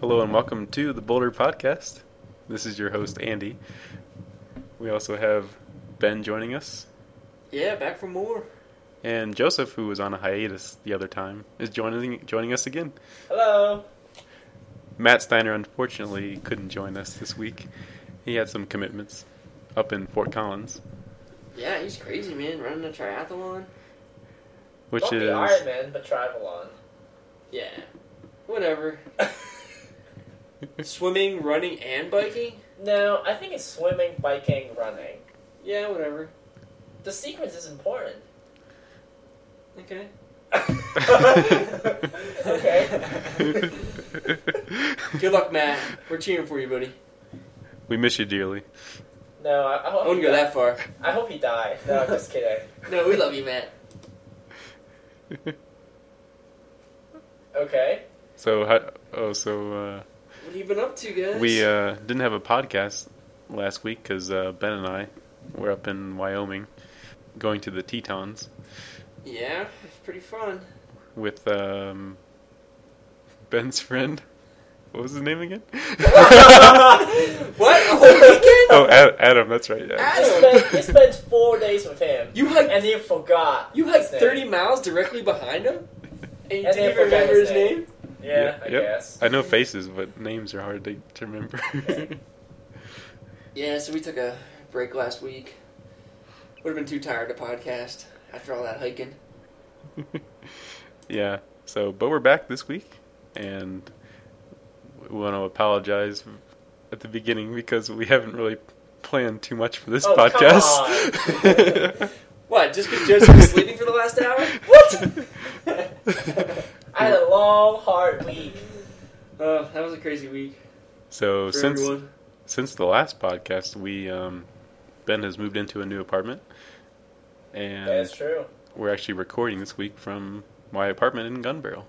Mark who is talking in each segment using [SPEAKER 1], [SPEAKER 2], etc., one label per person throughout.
[SPEAKER 1] Hello and welcome to the Boulder Podcast. This is your host, Andy. We also have Ben joining us,
[SPEAKER 2] Yeah, back for more.
[SPEAKER 1] and Joseph, who was on a hiatus the other time, is joining joining us again.
[SPEAKER 2] Hello.
[SPEAKER 1] Matt Steiner unfortunately couldn't join us this week. He had some commitments up in Fort Collins,
[SPEAKER 2] Yeah, he's crazy, man. Running a triathlon.
[SPEAKER 1] which
[SPEAKER 3] Don't
[SPEAKER 1] is
[SPEAKER 3] be Iron Man, but travel on.
[SPEAKER 2] Yeah. Whatever. Swimming, running, and biking.
[SPEAKER 3] no, I think it's swimming, biking, running.
[SPEAKER 2] Yeah, whatever.
[SPEAKER 3] The sequence is important.
[SPEAKER 2] Okay.
[SPEAKER 3] okay.
[SPEAKER 2] Good luck, Matt. We're cheering for you, buddy.
[SPEAKER 1] we miss you dearly.
[SPEAKER 3] No, I, I
[SPEAKER 2] I
[SPEAKER 3] hope.
[SPEAKER 2] wouldn't
[SPEAKER 3] he
[SPEAKER 2] go
[SPEAKER 3] di-
[SPEAKER 2] that far.
[SPEAKER 3] I hope he died. No, I'm just kidding.
[SPEAKER 2] No, we love you, Matt.
[SPEAKER 3] Okay.
[SPEAKER 1] So, how, oh, so. Uh,
[SPEAKER 2] What have you been up to, guys?
[SPEAKER 1] We uh, didn't have a podcast last week because uh, Ben and I were up in Wyoming going to the Tetons
[SPEAKER 2] Yeah, it's pretty fun.
[SPEAKER 1] with um, Ben's friend. What was his name again?
[SPEAKER 2] What? A whole weekend?
[SPEAKER 1] oh, Ad- Adam. That's right. Yeah.
[SPEAKER 3] You
[SPEAKER 2] Adam!
[SPEAKER 3] spent, you spent four days with him,
[SPEAKER 2] You hiked
[SPEAKER 3] and you forgot.
[SPEAKER 2] you hiked
[SPEAKER 3] his name.
[SPEAKER 2] thirty miles directly behind him, and you
[SPEAKER 3] And
[SPEAKER 2] didn't
[SPEAKER 3] they
[SPEAKER 2] even
[SPEAKER 3] forgot
[SPEAKER 2] remember his
[SPEAKER 3] his
[SPEAKER 2] name.
[SPEAKER 3] name. Yeah,
[SPEAKER 1] Yep,
[SPEAKER 3] I
[SPEAKER 1] yep.
[SPEAKER 3] guess.
[SPEAKER 1] I know faces, but names are hard to, to remember.
[SPEAKER 2] Yeah, so we took a break last week. Would have been too tired to podcast after all that hiking.
[SPEAKER 1] yeah. So, but we're back this week, and we want to apologize at the beginning because we haven't really planned too much for this
[SPEAKER 3] Oh, come
[SPEAKER 1] podcast.
[SPEAKER 2] What? Just because Joseph was sleeping for the last hour?
[SPEAKER 1] What?
[SPEAKER 3] I had a long, hard week.
[SPEAKER 2] Oh, that was a crazy week
[SPEAKER 1] so
[SPEAKER 2] for
[SPEAKER 1] Oh, since
[SPEAKER 2] everyone.
[SPEAKER 1] since the last podcast, we um, Ben has moved into a new apartment, and
[SPEAKER 3] That's true.
[SPEAKER 1] we're actually recording this week from my apartment in Gun Barrel.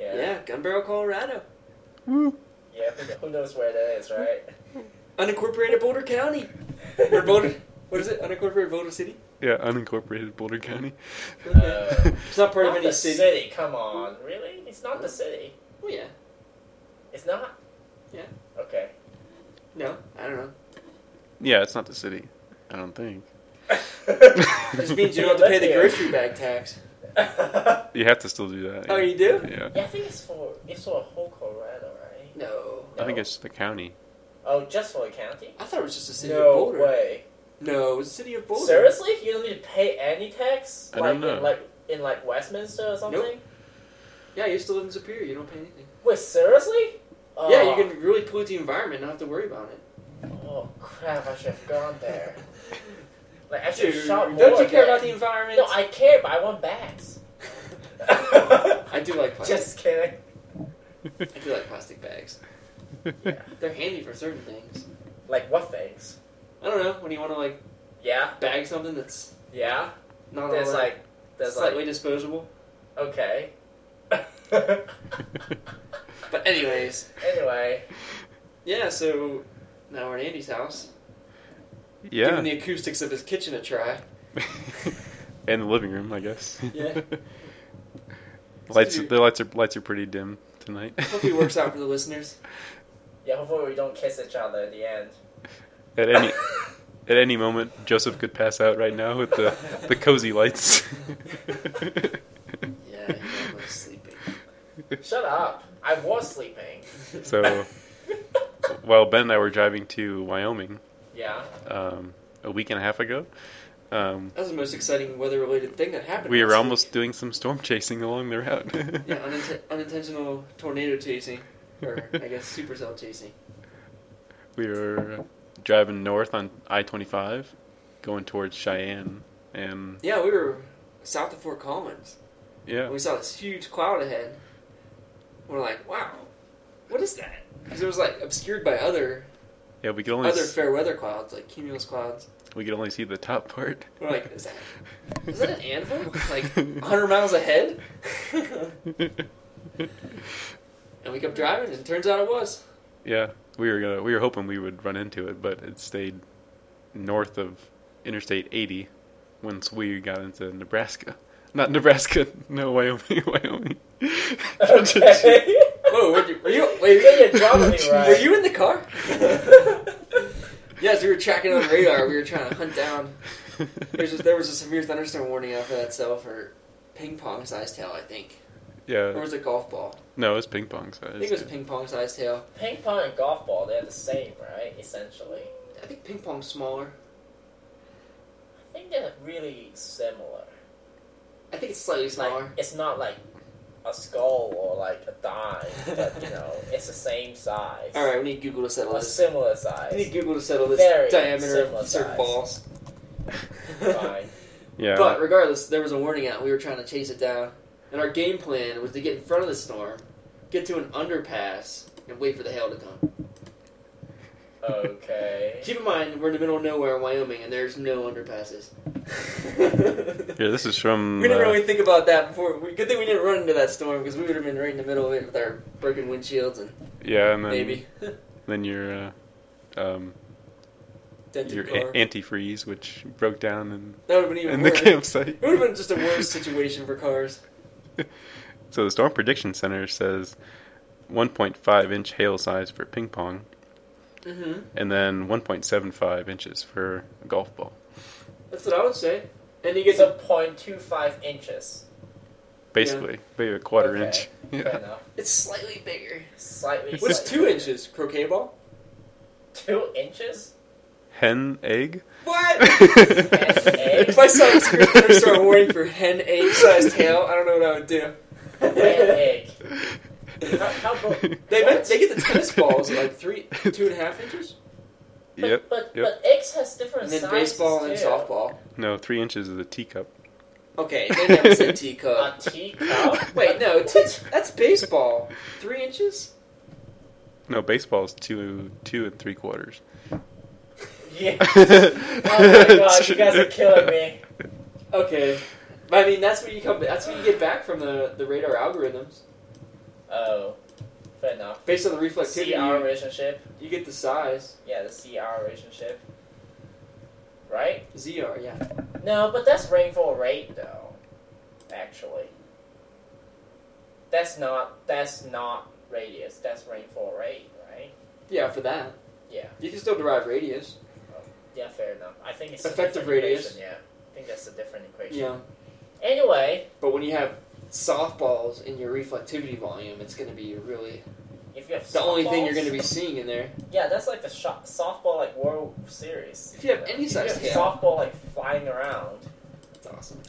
[SPEAKER 3] Yeah.
[SPEAKER 2] Yeah, Gun Barrel, Colorado,
[SPEAKER 1] Woo!
[SPEAKER 3] Yeah. who- Who knows where that is, right?
[SPEAKER 2] unincorporated Boulder County or Boulder. What is it? Unincorporated Boulder City?
[SPEAKER 1] Yeah, unincorporated Boulder County.
[SPEAKER 2] Okay.
[SPEAKER 3] Uh,
[SPEAKER 2] it's not part
[SPEAKER 3] not
[SPEAKER 2] of any
[SPEAKER 3] the
[SPEAKER 2] city.
[SPEAKER 3] Come on, really? It's not the city.
[SPEAKER 2] Oh yeah.
[SPEAKER 3] It's not.
[SPEAKER 2] Yeah.
[SPEAKER 3] Okay.
[SPEAKER 2] No, I don't know.
[SPEAKER 1] yeah, it's not the city. I don't think.
[SPEAKER 2] It just means you don't have to pay the grocery bag tax.
[SPEAKER 3] yeah,
[SPEAKER 1] You have to still do that.
[SPEAKER 2] Oh, you do?
[SPEAKER 1] Yeah.
[SPEAKER 3] I think it's for it's for a whole Colorado, right?
[SPEAKER 2] No.
[SPEAKER 1] I think it's the county.
[SPEAKER 3] Oh, just for a county?
[SPEAKER 2] I thought it was just the city of
[SPEAKER 3] No
[SPEAKER 2] Boulder.
[SPEAKER 3] way.
[SPEAKER 2] No, it was the city of Boulder.
[SPEAKER 3] Seriously, you don't need to pay any tax?
[SPEAKER 1] I
[SPEAKER 3] like
[SPEAKER 1] don't know.
[SPEAKER 3] in like in like Westminster or something?
[SPEAKER 2] Yeah, I used to live in Superior. You don't pay anything.
[SPEAKER 3] Wait, seriously? Oh,
[SPEAKER 2] Yeah, you can really pollute the environment. Not have to worry about it.
[SPEAKER 3] Oh crap! I should have gone there. Like I should have
[SPEAKER 2] Dude,
[SPEAKER 3] shot more.
[SPEAKER 2] don't you care
[SPEAKER 3] then.
[SPEAKER 2] about the environment?
[SPEAKER 3] No, I care, but I want bags.
[SPEAKER 2] I do like plastic.
[SPEAKER 3] Just kidding.
[SPEAKER 2] I do like plastic bags. They're handy for certain things.
[SPEAKER 3] Like what things?
[SPEAKER 2] I don't know when you want to like
[SPEAKER 3] Yeah,
[SPEAKER 2] bag something that's
[SPEAKER 3] yeah.
[SPEAKER 2] not
[SPEAKER 3] There's
[SPEAKER 2] all that-
[SPEAKER 3] like, there's
[SPEAKER 2] slightly
[SPEAKER 3] like,
[SPEAKER 2] disposable.
[SPEAKER 3] okay.
[SPEAKER 2] But anyways,
[SPEAKER 3] anyway,
[SPEAKER 2] yeah. So now we're at Andy's house, giving
[SPEAKER 1] yeah.
[SPEAKER 2] the acoustics of his kitchen a try.
[SPEAKER 1] and the living room, I guess.
[SPEAKER 2] Yeah.
[SPEAKER 1] lights.
[SPEAKER 2] So you-
[SPEAKER 1] The lights are lights are pretty dim tonight.
[SPEAKER 2] Hopefully, it works out for the listeners.
[SPEAKER 3] yeah. Hopefully, we don't kiss each other at the end.
[SPEAKER 1] At any at any moment, Joseph could pass out right now with the the cozy lights.
[SPEAKER 2] Yeah, he was sleeping.
[SPEAKER 3] Shut up! I was sleeping.
[SPEAKER 1] so while Ben and I were driving to Wyoming
[SPEAKER 3] yeah.
[SPEAKER 1] um, a week and a half ago, um,
[SPEAKER 2] That was the most exciting weather-related thing that happened.
[SPEAKER 1] we
[SPEAKER 2] last
[SPEAKER 1] were
[SPEAKER 2] week.
[SPEAKER 1] almost doing some storm chasing along the route.
[SPEAKER 2] yeah uninten- unintentional tornado chasing, or I guess supercell chasing.
[SPEAKER 1] We were driving north on I twenty five, going towards Cheyenne, and
[SPEAKER 2] Yeah, we were south of Fort Collins.
[SPEAKER 1] yeah,
[SPEAKER 2] And we saw this huge cloud ahead. We're like, wow, what is that? Because it was like obscured by other
[SPEAKER 1] yeah, we could only
[SPEAKER 2] other
[SPEAKER 1] s-
[SPEAKER 2] fair weather clouds, like cumulus clouds.
[SPEAKER 1] we could only see the top part.
[SPEAKER 2] We're like, is that is that an anvil? Like 100 miles ahead? and we kept driving, and turns out it was.
[SPEAKER 1] yeah, we were gonna we were hoping we would run into it, but it stayed north of Interstate eighty once we got into Nebraska. Not Nebraska, no Wyoming, Wyoming.
[SPEAKER 3] Okay.
[SPEAKER 2] Whoa, were you? Were you wait,
[SPEAKER 3] Yeah, you dropped me right.
[SPEAKER 2] Were you in the car? Yes, we were tracking on the radar. We were trying to hunt down. There's just, there was a severe thunderstorm warning out for that cell for ping pong sized tail, I think, or
[SPEAKER 1] yeah,
[SPEAKER 2] was it golf ball?
[SPEAKER 1] no, it was ping pong size.
[SPEAKER 2] I think it was ping pong sized tail.
[SPEAKER 3] Ping pong and golf ball, they're the same, right? Essentially.
[SPEAKER 2] I think ping pong's smaller.
[SPEAKER 3] I think they're really similar.
[SPEAKER 2] I think it's slightly
[SPEAKER 3] Like,
[SPEAKER 2] smaller.
[SPEAKER 3] it's not like a skull or like a dime, but you know, it's the same size.
[SPEAKER 2] All right, we need Google to settle
[SPEAKER 3] A
[SPEAKER 2] this.
[SPEAKER 3] similar
[SPEAKER 2] We need
[SPEAKER 3] size.
[SPEAKER 2] Google to settle this
[SPEAKER 3] Very
[SPEAKER 2] diameter
[SPEAKER 3] similar
[SPEAKER 2] of certain
[SPEAKER 3] size.
[SPEAKER 2] balls.
[SPEAKER 3] Fine.
[SPEAKER 1] yeah,
[SPEAKER 2] But regardless, there was a warning out. We were trying to chase it down, and our game plan was to get in front of the storm, get to an underpass, and wait for the hail to come.
[SPEAKER 3] Okay.
[SPEAKER 2] Keep in mind, we're in the middle of nowhere in Wyoming, and there's no underpasses.
[SPEAKER 1] yeah. This is from.
[SPEAKER 2] we didn't
[SPEAKER 1] uh,
[SPEAKER 2] really think about that before. We, good thing we didn't run into that storm because we would have been right in the middle of it with our broken windshields and
[SPEAKER 1] yeah, and then
[SPEAKER 2] maybe
[SPEAKER 1] then your uh, um,
[SPEAKER 2] dented
[SPEAKER 1] your
[SPEAKER 2] car.
[SPEAKER 1] a- antifreeze, which broke down in,
[SPEAKER 2] that would have been even
[SPEAKER 1] in the
[SPEAKER 2] worse.
[SPEAKER 1] campsite.
[SPEAKER 2] It would have been just a worse situation for cars.
[SPEAKER 1] So the Storm Prediction Center says 1.5 inch hail size for ping pong,
[SPEAKER 2] Mm-hmm.
[SPEAKER 1] and then 1.75 inches for a golf ball.
[SPEAKER 2] That's what I would say. And you get
[SPEAKER 3] It's
[SPEAKER 2] to,
[SPEAKER 3] a point two five inches.
[SPEAKER 1] Basically, maybe a quarter
[SPEAKER 3] Okay.
[SPEAKER 1] inch.
[SPEAKER 3] Fair
[SPEAKER 1] Yeah.
[SPEAKER 3] enough.
[SPEAKER 2] it's slightly bigger.
[SPEAKER 3] Slightly.
[SPEAKER 2] What's
[SPEAKER 3] slightly
[SPEAKER 2] two
[SPEAKER 3] bigger.
[SPEAKER 2] inches? Croquet ball.
[SPEAKER 3] Two inches?
[SPEAKER 1] Hen egg.
[SPEAKER 2] What?
[SPEAKER 3] egg?
[SPEAKER 2] if I saw a script and start warning for hen egg sized tail, I don't know what I would do.
[SPEAKER 3] An egg. How, how big?
[SPEAKER 2] They meant, they get the tennis balls like three, two and a half inches,
[SPEAKER 3] But,
[SPEAKER 1] Yep.
[SPEAKER 3] But,
[SPEAKER 1] Yep.
[SPEAKER 3] but eggs has different
[SPEAKER 2] and then
[SPEAKER 3] sizes
[SPEAKER 2] baseball and
[SPEAKER 3] too.
[SPEAKER 2] then softball.
[SPEAKER 1] No, three inches is a teacup.
[SPEAKER 2] Okay, they never said
[SPEAKER 3] A
[SPEAKER 2] teacup.
[SPEAKER 3] teacup?
[SPEAKER 2] Wait, no, t- that's baseball. Three inches?
[SPEAKER 1] No, baseball's two two and three quarters.
[SPEAKER 3] Yeah.
[SPEAKER 1] oh
[SPEAKER 3] Oh my god, you guys are killing me.
[SPEAKER 2] Okay, but I mean that's what you come. That's what you get back from the the radar algorithms
[SPEAKER 3] Oh, fair enough.
[SPEAKER 2] based on the
[SPEAKER 3] The
[SPEAKER 2] reflectivity.
[SPEAKER 3] CR
[SPEAKER 2] You,
[SPEAKER 3] relationship.
[SPEAKER 2] you get the size
[SPEAKER 3] Yeah, the CR relationship. Right?
[SPEAKER 2] ZR. Yeah,
[SPEAKER 3] No, but that's rainfall rate though. Actually. That's not that's not radius, that's rainfall rate, right?
[SPEAKER 2] yeah, for that
[SPEAKER 3] Yeah.
[SPEAKER 2] you can still derive radius.
[SPEAKER 3] Yeah, fair enough. I think it's
[SPEAKER 2] Effective
[SPEAKER 3] a different
[SPEAKER 2] radius.
[SPEAKER 3] Equation. Yeah. I think that's a different equation.
[SPEAKER 2] Yeah.
[SPEAKER 3] Anyway,
[SPEAKER 2] But when you have softballs in your reflectivity volume, it's going to be really
[SPEAKER 3] if you have
[SPEAKER 2] the only thing you're
[SPEAKER 3] softballs-
[SPEAKER 2] going to be seeing in there.
[SPEAKER 3] Yeah, that's like the shot, softball like World Series.
[SPEAKER 2] If you have any
[SPEAKER 3] if
[SPEAKER 2] size
[SPEAKER 3] you have
[SPEAKER 2] tail.
[SPEAKER 3] softball like flying around.
[SPEAKER 2] That's awesome.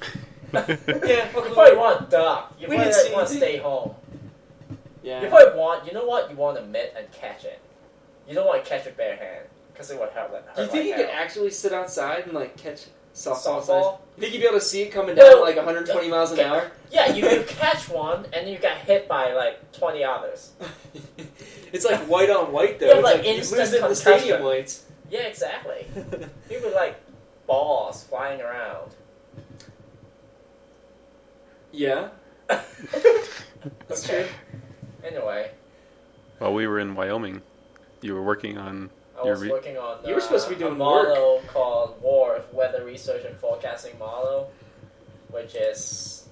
[SPEAKER 3] yeah,
[SPEAKER 2] well,
[SPEAKER 3] you probably want a duck. You
[SPEAKER 2] we
[SPEAKER 3] probably
[SPEAKER 2] didn't see-
[SPEAKER 3] want to
[SPEAKER 2] we-
[SPEAKER 3] stay home. You
[SPEAKER 2] Yeah.
[SPEAKER 3] probably want. You know what? You want to mitt and catch it. You don't want to catch it bare hand because it would hurt. like- hurt
[SPEAKER 2] Do you think you
[SPEAKER 3] like
[SPEAKER 2] could
[SPEAKER 3] hell.
[SPEAKER 2] actually sit outside and like catch softball? size?
[SPEAKER 3] softball?
[SPEAKER 2] You think you'd be able to see it coming
[SPEAKER 3] No.
[SPEAKER 2] down at, like 120 miles an hour?
[SPEAKER 3] Yeah, you could catch one and you got hit by like twenty others.
[SPEAKER 2] it's like white on white though.
[SPEAKER 3] Yeah,
[SPEAKER 2] it's
[SPEAKER 3] like
[SPEAKER 2] like you lose
[SPEAKER 3] instant
[SPEAKER 2] it in the
[SPEAKER 3] concussion.
[SPEAKER 2] stadium lights.
[SPEAKER 3] Yeah, exactly. You were like balls flying around.
[SPEAKER 2] yeah. That's true.
[SPEAKER 3] okay. Anyway,
[SPEAKER 1] While we were in Wyoming, you were working on.
[SPEAKER 3] I
[SPEAKER 1] You're
[SPEAKER 3] was
[SPEAKER 1] re-
[SPEAKER 3] working on.
[SPEAKER 2] You were
[SPEAKER 3] uh,
[SPEAKER 2] supposed to be
[SPEAKER 3] a
[SPEAKER 2] doing work.
[SPEAKER 3] model called WAR, Weather Research and Forecasting Model, which is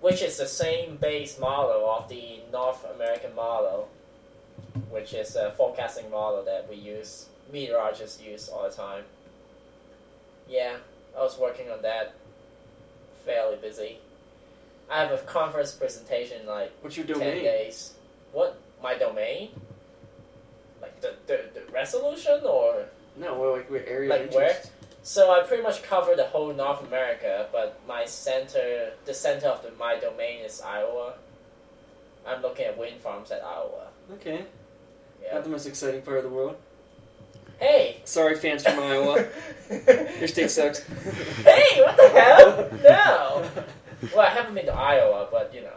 [SPEAKER 3] which is the same base model of the North American model, which is a forecasting model that we use meteorologists use all the time. Yeah, I was working on that. Fairly busy. I have a conference presentation in, like
[SPEAKER 2] What's your
[SPEAKER 3] ten
[SPEAKER 2] domain?
[SPEAKER 3] days. What my domain? Like the, the, the resolution or
[SPEAKER 2] No, well, like what area? of
[SPEAKER 3] Like where?
[SPEAKER 2] interest?
[SPEAKER 3] so I pretty much cover the whole North America, but my center, the center of the, my domain is Iowa. I'm looking at wind farms at Iowa.
[SPEAKER 2] Okay.
[SPEAKER 3] Yeah.
[SPEAKER 2] Not the most exciting part of the world.
[SPEAKER 3] Hey.
[SPEAKER 2] Sorry, fans from Iowa. Your state sucks.
[SPEAKER 3] Hey, what the hell? No. Well, I haven't been to Iowa, but you know,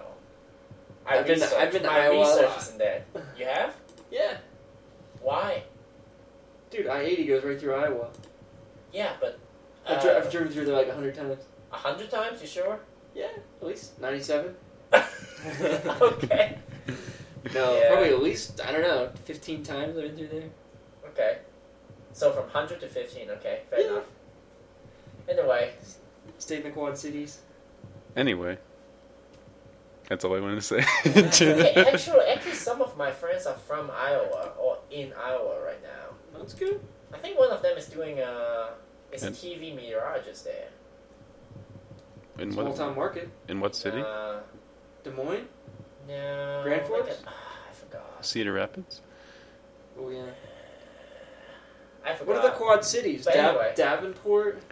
[SPEAKER 3] I
[SPEAKER 2] I've been to-
[SPEAKER 3] research-
[SPEAKER 2] I've been to
[SPEAKER 3] my
[SPEAKER 2] Iowa a
[SPEAKER 3] research
[SPEAKER 2] lot.
[SPEAKER 3] is in there. You have?
[SPEAKER 2] Yeah.
[SPEAKER 3] Why?
[SPEAKER 2] Dude, I 80 goes right through Iowa.
[SPEAKER 3] Yeah, but uh,
[SPEAKER 2] I've, dri- I've driven through there like 100 times.
[SPEAKER 3] a hundred times. You sure?
[SPEAKER 2] Yeah, at least 97.
[SPEAKER 3] okay.
[SPEAKER 2] No,
[SPEAKER 3] Yeah.
[SPEAKER 2] probably at least, I don't know, 15 times I've been through there.
[SPEAKER 3] Okay. So from 100 to 15, okay, fair
[SPEAKER 2] Yeah.
[SPEAKER 3] enough. Anyway,
[SPEAKER 2] Stayed in the Quad Cities.
[SPEAKER 1] Anyway, That's all I wanted to say.
[SPEAKER 3] Okay, actually, actually, some of my friends are from Iowa or in Iowa right now.
[SPEAKER 2] That's good.
[SPEAKER 3] I think one of them is doing a is a
[SPEAKER 1] And-
[SPEAKER 3] TV meteorologist there.
[SPEAKER 1] in
[SPEAKER 2] Small
[SPEAKER 1] what?
[SPEAKER 2] town market.
[SPEAKER 1] In what city?
[SPEAKER 3] Uh,
[SPEAKER 2] Des Moines.
[SPEAKER 3] no.
[SPEAKER 2] Grand
[SPEAKER 3] like
[SPEAKER 2] Forks?
[SPEAKER 3] a- ah, I forgot.
[SPEAKER 1] Cedar Rapids.
[SPEAKER 2] Oh yeah.
[SPEAKER 3] I forgot.
[SPEAKER 2] What are the Quad Cities?
[SPEAKER 3] But
[SPEAKER 2] Da-
[SPEAKER 3] anyway.
[SPEAKER 2] Davenport.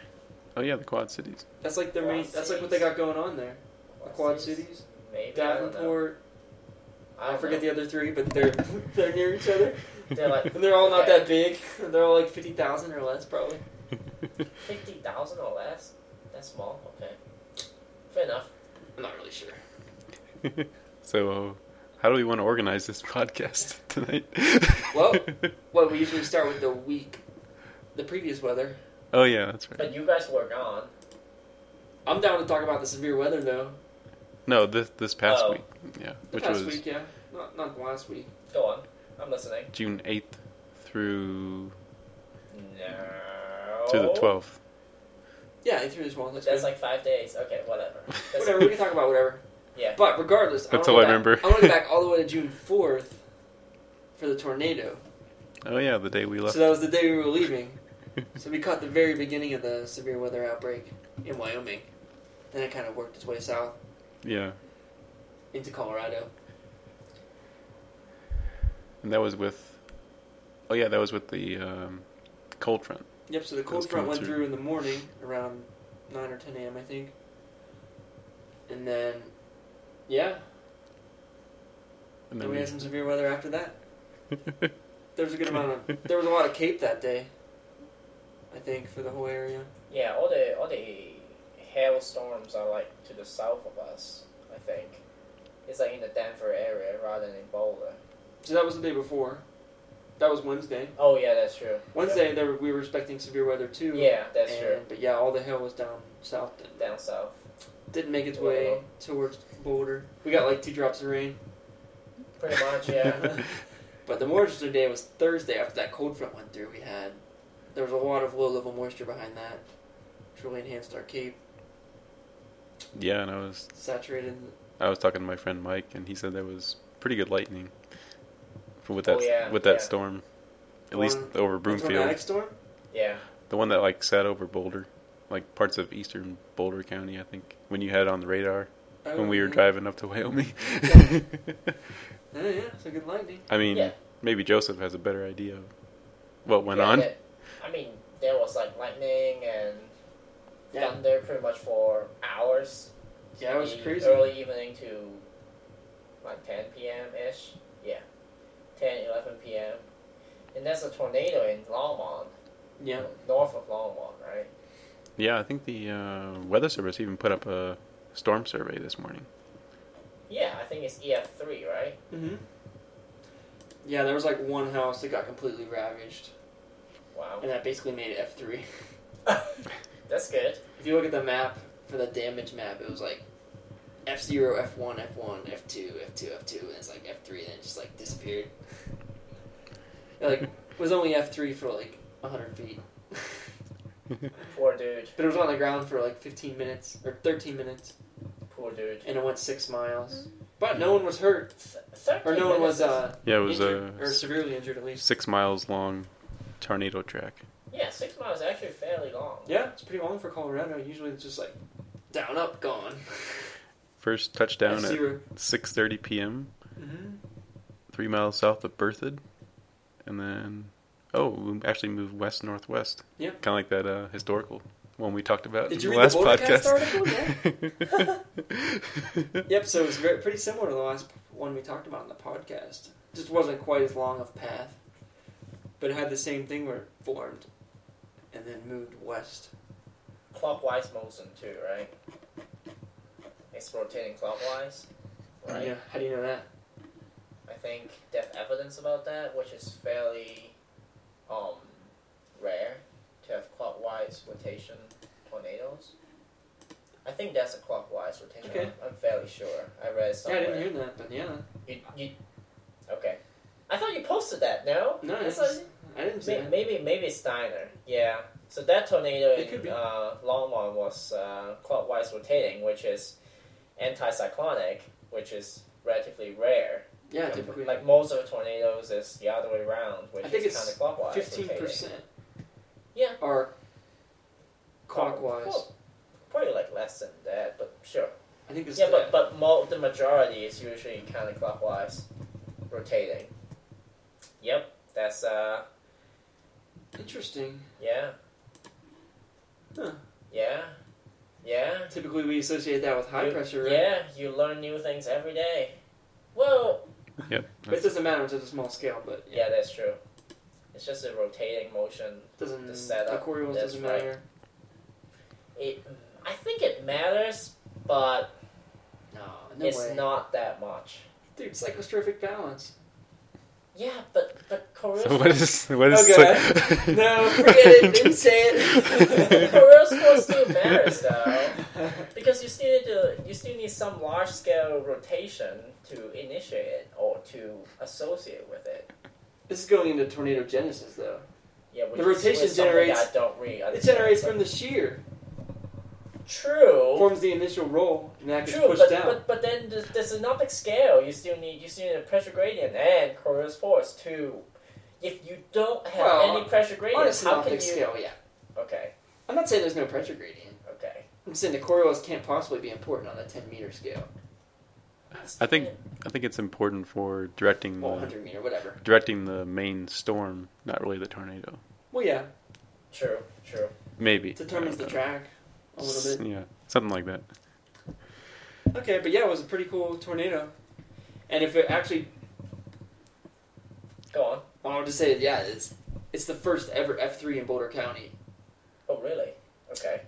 [SPEAKER 1] Oh yeah, the Quad Cities.
[SPEAKER 2] That's like their
[SPEAKER 3] Quad
[SPEAKER 2] main. That's like what they
[SPEAKER 3] Cities.
[SPEAKER 2] got going on there. The Quad Cities.
[SPEAKER 3] Maybe. I don't know.
[SPEAKER 2] Davenport.
[SPEAKER 3] I,
[SPEAKER 2] I
[SPEAKER 3] don't
[SPEAKER 2] forget
[SPEAKER 3] know.
[SPEAKER 2] the other three, but they're they're near each other,
[SPEAKER 3] They're like-
[SPEAKER 2] and they're all not
[SPEAKER 3] Okay.
[SPEAKER 2] that big. They're all like fifty thousand or less, probably.
[SPEAKER 3] fifty thousand or less. That's small. Okay. Fair enough.
[SPEAKER 2] I'm not really sure.
[SPEAKER 1] so, how do we want to organize this podcast tonight?
[SPEAKER 2] Well- Well, we usually start with the week, the previous weather.
[SPEAKER 1] oh yeah, that's right.
[SPEAKER 3] But you guys were gone.
[SPEAKER 2] I'm down to talk about the severe weather though.
[SPEAKER 1] No, this this past
[SPEAKER 3] Oh.
[SPEAKER 1] week. Yeah,
[SPEAKER 2] The
[SPEAKER 1] which
[SPEAKER 2] past
[SPEAKER 1] was
[SPEAKER 2] week, yeah, not not the last week.
[SPEAKER 3] Go on. I'm listening.
[SPEAKER 1] June eighth through
[SPEAKER 3] No.
[SPEAKER 1] to the twelfth.
[SPEAKER 2] Yeah, I threw this one.
[SPEAKER 3] That's like five days. Okay, whatever. That's-
[SPEAKER 2] whatever. We can talk about whatever.
[SPEAKER 3] Yeah.
[SPEAKER 2] But regardless,
[SPEAKER 1] That's
[SPEAKER 2] wanna
[SPEAKER 1] all I
[SPEAKER 2] go back-
[SPEAKER 1] remember.
[SPEAKER 2] I want to go back all the way to June fourth for the tornado.
[SPEAKER 1] Oh yeah, the day we left.
[SPEAKER 2] So that was the day we were leaving. So we caught the very beginning of the severe weather outbreak in Wyoming. Then it kind of worked its way south
[SPEAKER 1] yeah,
[SPEAKER 2] into Colorado.
[SPEAKER 1] and that was with. Oh yeah, that was with the um, cold front.
[SPEAKER 2] Yep. So the
[SPEAKER 1] That's
[SPEAKER 2] cold front
[SPEAKER 1] coming
[SPEAKER 2] went
[SPEAKER 1] through.
[SPEAKER 2] through in the morning around nine or ten a.m. I think. And then, yeah,
[SPEAKER 1] And
[SPEAKER 2] then we had some severe weather after that.
[SPEAKER 1] we-
[SPEAKER 2] There was a good amount of there was a lot of cape that day. I think for the whole area.
[SPEAKER 3] Yeah, all the all the hailstorms are like to the south of us. I think it's like in the Denver area rather than in Boulder.
[SPEAKER 2] So that was the day before. That was Wednesday.
[SPEAKER 3] Oh yeah, that's true.
[SPEAKER 2] Wednesday there, we were expecting severe weather too.
[SPEAKER 3] Yeah, that's
[SPEAKER 2] and-
[SPEAKER 3] true.
[SPEAKER 2] But yeah, all the hail was down south. Then.
[SPEAKER 3] Down south.
[SPEAKER 2] Didn't make
[SPEAKER 3] Oh.
[SPEAKER 2] its way towards Boulder. We got like two drops of rain.
[SPEAKER 3] Pretty much, yeah.
[SPEAKER 2] But the more interesting day was Thursday after that cold front went through. We had there was a lot of low level moisture behind that, which really enhanced our cape,
[SPEAKER 1] yeah, and I was
[SPEAKER 2] saturated.
[SPEAKER 1] I was talking to my friend Mike, and he said there was pretty good lightning for with
[SPEAKER 3] Oh,
[SPEAKER 1] that
[SPEAKER 3] yeah,
[SPEAKER 1] with that
[SPEAKER 3] yeah.
[SPEAKER 1] storm. At
[SPEAKER 2] Storm-
[SPEAKER 1] least over Broomfield,
[SPEAKER 2] Tornadic storm.
[SPEAKER 3] yeah.
[SPEAKER 1] the one that like sat over Boulder, like parts of eastern Boulder County, I think. When you had it on the radar
[SPEAKER 2] Oh,
[SPEAKER 1] when we were
[SPEAKER 2] yeah.
[SPEAKER 1] driving up to Wyoming.
[SPEAKER 2] Yeah, yeah, it's a good lightning.
[SPEAKER 1] I mean,
[SPEAKER 3] Yeah.
[SPEAKER 1] maybe Joseph has a better idea of what went
[SPEAKER 3] Yeah,
[SPEAKER 1] on.
[SPEAKER 3] that- I mean, there was like lightning and
[SPEAKER 2] Yeah.
[SPEAKER 3] thunder pretty much for hours.
[SPEAKER 2] Yeah, it was
[SPEAKER 3] The
[SPEAKER 2] crazy.
[SPEAKER 3] Early evening to like 10 p.m. ish. Yeah. 10, 11 p.m. And there's a tornado in Longmont,
[SPEAKER 2] Yeah,
[SPEAKER 3] north of Longmont, right?
[SPEAKER 1] Yeah, I think the uh, weather service even put up a storm survey this morning.
[SPEAKER 3] Yeah, I think it's EF3, right?
[SPEAKER 2] hmm yeah. There was like one house that got completely ravaged,
[SPEAKER 3] Wow.
[SPEAKER 2] and that basically made it F three.
[SPEAKER 3] That's good.
[SPEAKER 2] If you look at the map for the damage map, it was like F zero, F one, F one, F two, F two, F two, and it's like F three, and it just like disappeared. It, like was only F three for like hundred feet,
[SPEAKER 3] Poor dude.
[SPEAKER 2] but it was on the ground for like fifteen minutes or thirteen minutes,
[SPEAKER 3] Poor dude.
[SPEAKER 2] and it went six miles. But no one was hurt,
[SPEAKER 3] Th- 13
[SPEAKER 2] or no one
[SPEAKER 3] minutes
[SPEAKER 2] was
[SPEAKER 3] is-
[SPEAKER 2] uh,
[SPEAKER 1] Yeah, it was
[SPEAKER 2] injured, or
[SPEAKER 1] a
[SPEAKER 2] severely injured at least.
[SPEAKER 1] six miles long tornado track.
[SPEAKER 3] Yeah, six miles is actually fairly long.
[SPEAKER 2] Yeah, it's pretty long for Colorado. Usually it's just like down, up, gone.
[SPEAKER 1] First touchdown
[SPEAKER 2] F
[SPEAKER 1] at
[SPEAKER 2] zero.
[SPEAKER 1] 6:30 p.m.
[SPEAKER 2] Mhm.
[SPEAKER 1] three miles south of Berthoud, and then oh, we actually moved west northwest.
[SPEAKER 2] Yeah.
[SPEAKER 1] kind of like that uh, historical one we talked about
[SPEAKER 2] Did
[SPEAKER 1] in
[SPEAKER 2] you
[SPEAKER 1] the
[SPEAKER 2] read
[SPEAKER 1] last
[SPEAKER 2] the
[SPEAKER 1] podcast.
[SPEAKER 2] Bouldercast
[SPEAKER 1] article?
[SPEAKER 2] Yep, so it was very, pretty similar to the last one we talked about in the podcast. Just wasn't quite as long of path, but it had the same thing where it formed and then moved west.
[SPEAKER 3] Clockwise motion, too, right? It's rotating clockwise, right?
[SPEAKER 2] Yeah, how do you know that?
[SPEAKER 3] I think there's evidence about that, which is fairly um, rare to have clockwise rotation tornadoes. I think that's a clockwise rotation.
[SPEAKER 2] Okay.
[SPEAKER 3] I'm, I'm fairly sure. I read it
[SPEAKER 2] Yeah, I
[SPEAKER 3] somewhere.
[SPEAKER 2] didn't hear that, but yeah,
[SPEAKER 3] you, you, okay. I thought you posted that. No.
[SPEAKER 2] No,
[SPEAKER 3] That's
[SPEAKER 2] it's-
[SPEAKER 3] what-
[SPEAKER 2] I didn't see
[SPEAKER 3] may-
[SPEAKER 2] that.
[SPEAKER 3] maybe maybe Steiner. Yeah. So that tornado
[SPEAKER 2] It could
[SPEAKER 3] in
[SPEAKER 2] be.
[SPEAKER 3] uh, Longmont was uh, clockwise rotating, which is anticyclonic, which is relatively rare.
[SPEAKER 2] Yeah,
[SPEAKER 3] Com-
[SPEAKER 2] typically
[SPEAKER 3] like most of the tornadoes is the other way around, which
[SPEAKER 2] I think
[SPEAKER 3] is
[SPEAKER 2] it's
[SPEAKER 3] kind of clockwise.
[SPEAKER 2] fifteen
[SPEAKER 3] rotating.
[SPEAKER 2] percent.
[SPEAKER 3] Yeah.
[SPEAKER 2] Are clockwise.
[SPEAKER 3] Well, probably like less than that, but sure.
[SPEAKER 2] I think it's
[SPEAKER 3] Yeah, but but mo- the majority is usually kind of clockwise, rotating. Yep, that's uh,
[SPEAKER 2] interesting.
[SPEAKER 3] yeah,
[SPEAKER 2] Huh.
[SPEAKER 3] yeah, yeah.
[SPEAKER 2] Typically, we associate that with high
[SPEAKER 3] You-
[SPEAKER 2] pressure, right?
[SPEAKER 3] Yeah, you learn new things every day. Well,
[SPEAKER 2] But it doesn't matter if it's a small scale, but
[SPEAKER 3] yeah, that's true. It's just a rotating motion.
[SPEAKER 2] it doesn't
[SPEAKER 3] The setup,
[SPEAKER 2] Aquarials
[SPEAKER 3] that's
[SPEAKER 2] doesn't
[SPEAKER 3] right.
[SPEAKER 2] matter.
[SPEAKER 3] It, I think it matters, but
[SPEAKER 2] No, no
[SPEAKER 3] it's
[SPEAKER 2] way.
[SPEAKER 3] not that much.
[SPEAKER 2] Dude, psychostrophic balance.
[SPEAKER 3] Yeah, but but Korea's
[SPEAKER 1] So what is what is
[SPEAKER 2] Okay.
[SPEAKER 1] so-
[SPEAKER 2] No, forget it. Didn't say it.
[SPEAKER 3] Korea's force still matters though. Because you still need to, you still need some large scale rotation to initiate it or to associate with it.
[SPEAKER 2] this is going into tornado genesis, though.
[SPEAKER 3] Yeah, which
[SPEAKER 2] The
[SPEAKER 3] is-
[SPEAKER 2] rotation
[SPEAKER 3] which is something
[SPEAKER 2] generates-
[SPEAKER 3] I don't really
[SPEAKER 2] It
[SPEAKER 3] understand,
[SPEAKER 2] generates
[SPEAKER 3] but-
[SPEAKER 2] from the shear,
[SPEAKER 3] true.
[SPEAKER 2] forms the initial roll, and that gets
[SPEAKER 3] True,
[SPEAKER 2] pushed
[SPEAKER 3] but,
[SPEAKER 2] down.
[SPEAKER 3] but but then there's, there's an optic scale. You still need you still need a pressure gradient and Coriolis force too. If you don't have
[SPEAKER 2] Well,
[SPEAKER 3] any pressure
[SPEAKER 2] On
[SPEAKER 3] gradient,
[SPEAKER 2] a
[SPEAKER 3] how can you?
[SPEAKER 2] synoptic scale, yeah.
[SPEAKER 3] Okay,
[SPEAKER 2] I'm not saying there's no pressure gradient.
[SPEAKER 3] okay.
[SPEAKER 2] I'm saying the Coriolis can't possibly be important on a 10 meter scale,
[SPEAKER 1] I think I think it's important for directing
[SPEAKER 2] well,
[SPEAKER 1] the
[SPEAKER 2] 100 meter, whatever.
[SPEAKER 1] directing the main storm, not really the tornado.
[SPEAKER 2] Well, yeah,
[SPEAKER 3] True, true.
[SPEAKER 1] Maybe
[SPEAKER 2] it determines
[SPEAKER 1] I
[SPEAKER 2] the
[SPEAKER 1] don't
[SPEAKER 2] track a
[SPEAKER 1] know.
[SPEAKER 2] little bit.
[SPEAKER 1] Yeah, something like that.
[SPEAKER 2] Okay, but yeah, it was a pretty cool tornado. And if it actually,
[SPEAKER 3] Go on.
[SPEAKER 2] well, I'll just say, yeah, it's it's the first ever F3 in Boulder County.
[SPEAKER 3] Oh really? Okay.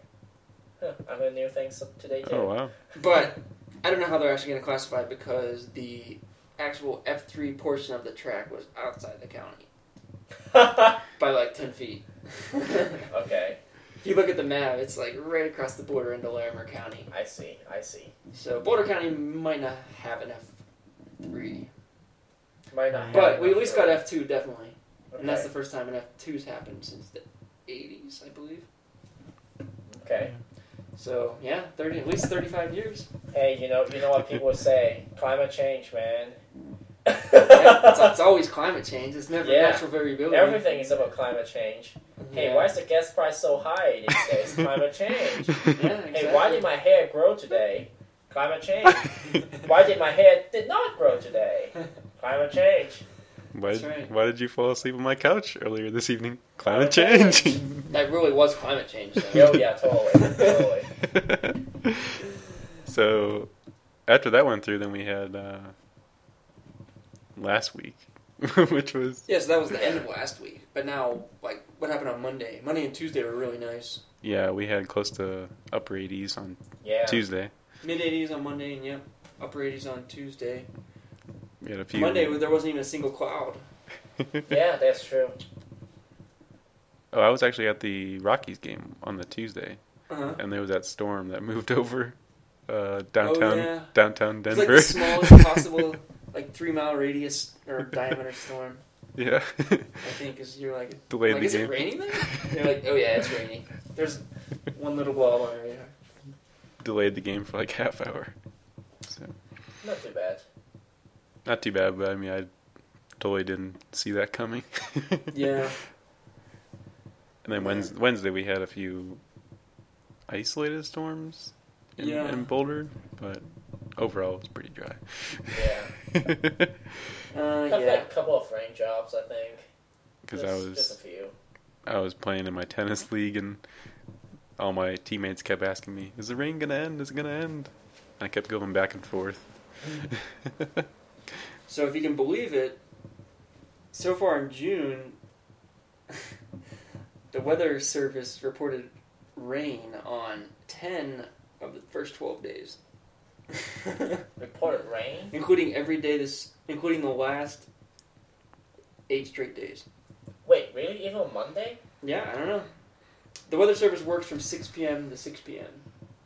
[SPEAKER 3] Huh, I learned new things today too.
[SPEAKER 1] Oh wow.
[SPEAKER 2] But I don't know how they're actually going to classify it because the actual F3 portion of the track was outside the county by like 10 feet.
[SPEAKER 3] okay,
[SPEAKER 2] you look at the map, it's like right across the border into Larimer County.
[SPEAKER 3] I see, I see.
[SPEAKER 2] So Boulder County might not have an F3.
[SPEAKER 3] Might not.
[SPEAKER 2] But
[SPEAKER 3] have
[SPEAKER 2] we at
[SPEAKER 3] enough
[SPEAKER 2] least
[SPEAKER 3] for-
[SPEAKER 2] got F2 definitely.
[SPEAKER 3] Okay.
[SPEAKER 2] And that's the first time an F2's happened since the 80s, I believe.
[SPEAKER 3] okay.
[SPEAKER 2] So yeah, 30 at least 35 years.
[SPEAKER 3] Hey, you know, you know what people say? Climate change, man.
[SPEAKER 2] Yeah, it's, it's always climate change. It's never
[SPEAKER 3] Yeah.
[SPEAKER 2] natural variability.
[SPEAKER 3] Everything is about climate change. Hey,
[SPEAKER 2] Yeah.
[SPEAKER 3] why is the gas price so high these days? Climate change.
[SPEAKER 2] Yeah,
[SPEAKER 3] Hey, why did my hair grow today? Climate change. Why did my hair did not grow today? Climate change.
[SPEAKER 1] Why,
[SPEAKER 2] That's right.
[SPEAKER 1] why did you fall asleep on my couch earlier this evening? Climate
[SPEAKER 3] Climate
[SPEAKER 1] change.
[SPEAKER 2] That really was climate change. Though.
[SPEAKER 3] Yo, yeah, totally, totally.
[SPEAKER 1] so, after that went through, then we had uh, last week, which was
[SPEAKER 2] Yeah, so that was the end of last week. But now, like, what happened on Monday? Monday and Tuesday were really nice.
[SPEAKER 1] yeah, we had close to upper 80s on
[SPEAKER 3] Yeah.
[SPEAKER 1] Tuesday.
[SPEAKER 2] Mid 80s on Monday, and yep, upper 80s on Tuesday.
[SPEAKER 1] We had a few.
[SPEAKER 2] Monday, there wasn't even a single cloud.
[SPEAKER 3] Yeah, that's true.
[SPEAKER 1] Oh, I was actually at the Rockies game on the Tuesday,
[SPEAKER 2] Uh-huh.
[SPEAKER 1] and there was that storm that moved over uh, downtown
[SPEAKER 2] yeah.
[SPEAKER 1] downtown
[SPEAKER 2] It's
[SPEAKER 1] Denver.
[SPEAKER 2] like the smallest possible, like, three mile radius or diameter storm,
[SPEAKER 1] yeah,
[SPEAKER 2] I think, is you're like,
[SPEAKER 1] delayed
[SPEAKER 2] like
[SPEAKER 1] the
[SPEAKER 2] is
[SPEAKER 1] game.
[SPEAKER 2] it raining there? And you're like, oh yeah, it's raining. There's one little blob on the radar.
[SPEAKER 1] delayed the game for like half hour. So
[SPEAKER 3] Not too bad.
[SPEAKER 1] not too bad, but I mean I totally didn't see that coming.
[SPEAKER 2] Yeah.
[SPEAKER 1] And then Wednesday, Wednesday we had a few isolated storms in,
[SPEAKER 2] Yeah.
[SPEAKER 1] in Boulder, but overall it was pretty dry.
[SPEAKER 2] Uh,
[SPEAKER 3] Have
[SPEAKER 2] yeah.
[SPEAKER 3] like a couple of rain jobs, I think.
[SPEAKER 1] Because I
[SPEAKER 3] Just-
[SPEAKER 1] was
[SPEAKER 3] just a few.
[SPEAKER 1] I was playing in my tennis league and all my teammates kept asking me, "Is the rain gonna end? Is it gonna end?" And I kept going back and forth.
[SPEAKER 2] So if you can believe it, so far in June, the weather service reported rain on 10 of the first 12 days.
[SPEAKER 3] Reported rain.
[SPEAKER 2] including every day this including the last 8 straight days.
[SPEAKER 3] Wait, really? Even on Monday?
[SPEAKER 2] Yeah, I don't know. The weather service works from 6 p.m. to 6 p.m.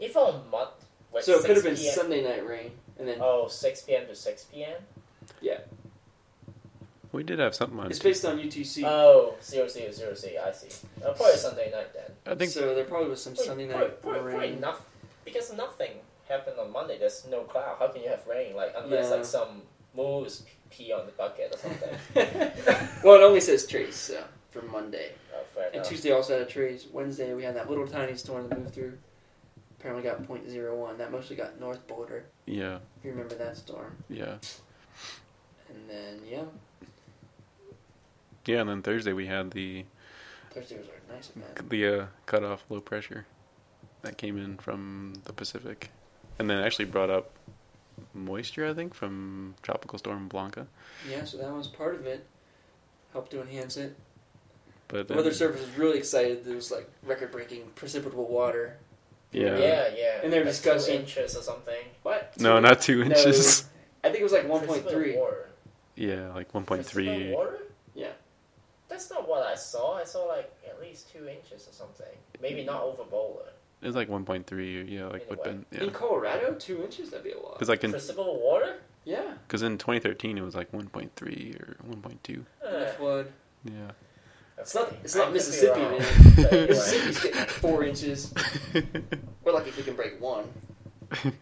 [SPEAKER 3] Even on month. Wait,
[SPEAKER 2] so it could have
[SPEAKER 3] 6
[SPEAKER 2] been
[SPEAKER 3] PM?
[SPEAKER 2] Sunday night rain and then
[SPEAKER 3] Oh, 6 p.m. to 6 p.m.
[SPEAKER 1] We did have something on.
[SPEAKER 2] it's based on UTC.
[SPEAKER 3] Oh, zero zero zero C. I see. Uh, probably Sunday night then.
[SPEAKER 1] I think
[SPEAKER 2] so there probably was some
[SPEAKER 3] Wait,
[SPEAKER 2] Sunday
[SPEAKER 3] probably,
[SPEAKER 2] night
[SPEAKER 3] probably, probably
[SPEAKER 2] rain.
[SPEAKER 3] noth- because nothing happened on Monday. There's no cloud. How can you have rain? Like unless
[SPEAKER 2] Yeah.
[SPEAKER 3] like some moose pee on the bucket or something.
[SPEAKER 2] well, it only says trees, so for Monday.
[SPEAKER 3] Oh, fair
[SPEAKER 2] And
[SPEAKER 3] enough.
[SPEAKER 2] Tuesday also had trees. Wednesday we had that little tiny storm that moved through. Apparently got .01. That mostly got North Boulder.
[SPEAKER 1] Yeah,
[SPEAKER 2] If you remember that storm.
[SPEAKER 1] yeah,
[SPEAKER 2] And then yeah,
[SPEAKER 1] yeah. And then Thursday we had the
[SPEAKER 2] Thursday was a nice event.
[SPEAKER 1] the uh, cutoff low pressure that came in from the Pacific, and then actually brought up moisture. I think from tropical storm Blanca,
[SPEAKER 2] Yeah, so that was part of it. Helped to enhance it.
[SPEAKER 1] but
[SPEAKER 2] The
[SPEAKER 1] then-
[SPEAKER 2] weather service was really excited. There was like record-breaking precipitable water.
[SPEAKER 1] yeah.
[SPEAKER 3] yeah, yeah.
[SPEAKER 2] And they're
[SPEAKER 3] Like
[SPEAKER 2] discussing-
[SPEAKER 3] two inches or something.
[SPEAKER 2] What?
[SPEAKER 1] no, not two
[SPEAKER 2] No.
[SPEAKER 1] inches.
[SPEAKER 2] I think it was like 1.3.
[SPEAKER 3] Water.
[SPEAKER 1] Yeah, like one point
[SPEAKER 3] Precipitable
[SPEAKER 1] three.
[SPEAKER 3] Water?
[SPEAKER 2] Yeah.
[SPEAKER 3] That's not what I saw. I saw like at least two inches or something. Maybe not over Bowler.
[SPEAKER 1] It's like one point three. Yeah, like
[SPEAKER 3] Either
[SPEAKER 1] what
[SPEAKER 3] way.
[SPEAKER 1] been yeah.
[SPEAKER 2] In Colorado, two inches that'd be a lot.
[SPEAKER 1] Because like in
[SPEAKER 3] Precipitable water?
[SPEAKER 2] Yeah.
[SPEAKER 1] because in 2013 it was like 1.3 or 1.2.
[SPEAKER 2] in a
[SPEAKER 3] Huh.
[SPEAKER 2] flood.
[SPEAKER 1] Yeah.
[SPEAKER 2] It's not. It's
[SPEAKER 3] Eh, I
[SPEAKER 2] not
[SPEAKER 3] could be
[SPEAKER 2] Mississippi,
[SPEAKER 3] wrong.
[SPEAKER 2] man. Mississippi's getting like four inches. We're lucky if we can break one.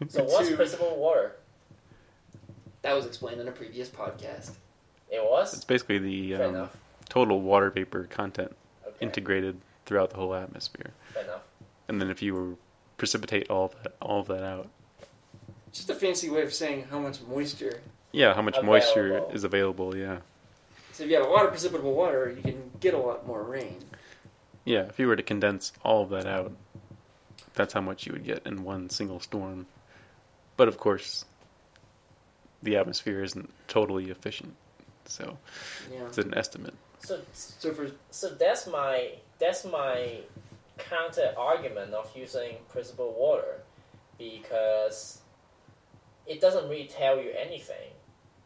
[SPEAKER 3] So what's
[SPEAKER 2] Two.
[SPEAKER 3] precipitable water?
[SPEAKER 2] That was explained in a previous podcast.
[SPEAKER 3] It was?
[SPEAKER 1] it's basically the
[SPEAKER 3] Fair
[SPEAKER 1] um,
[SPEAKER 3] enough.
[SPEAKER 1] total water vapor content
[SPEAKER 3] Okay.
[SPEAKER 1] integrated throughout the whole atmosphere.
[SPEAKER 3] Fair enough.
[SPEAKER 1] And then if you were precipitate all of that all of that out,
[SPEAKER 2] Just a fancy way of saying how much moisture.
[SPEAKER 1] yeah, how much moisture
[SPEAKER 3] Available.
[SPEAKER 1] is available? Yeah,
[SPEAKER 2] So if you have a lot of precipitable water, you can get a lot more rain.
[SPEAKER 1] yeah. If you were to condense all of that out, that's how much you would get in one single storm. But of course, the atmosphere isn't totally efficient, so
[SPEAKER 2] Yeah.
[SPEAKER 1] it's an estimate.
[SPEAKER 3] So
[SPEAKER 2] So for
[SPEAKER 3] so that's my that's my counter argument of using principal water because it doesn't really tell you anything.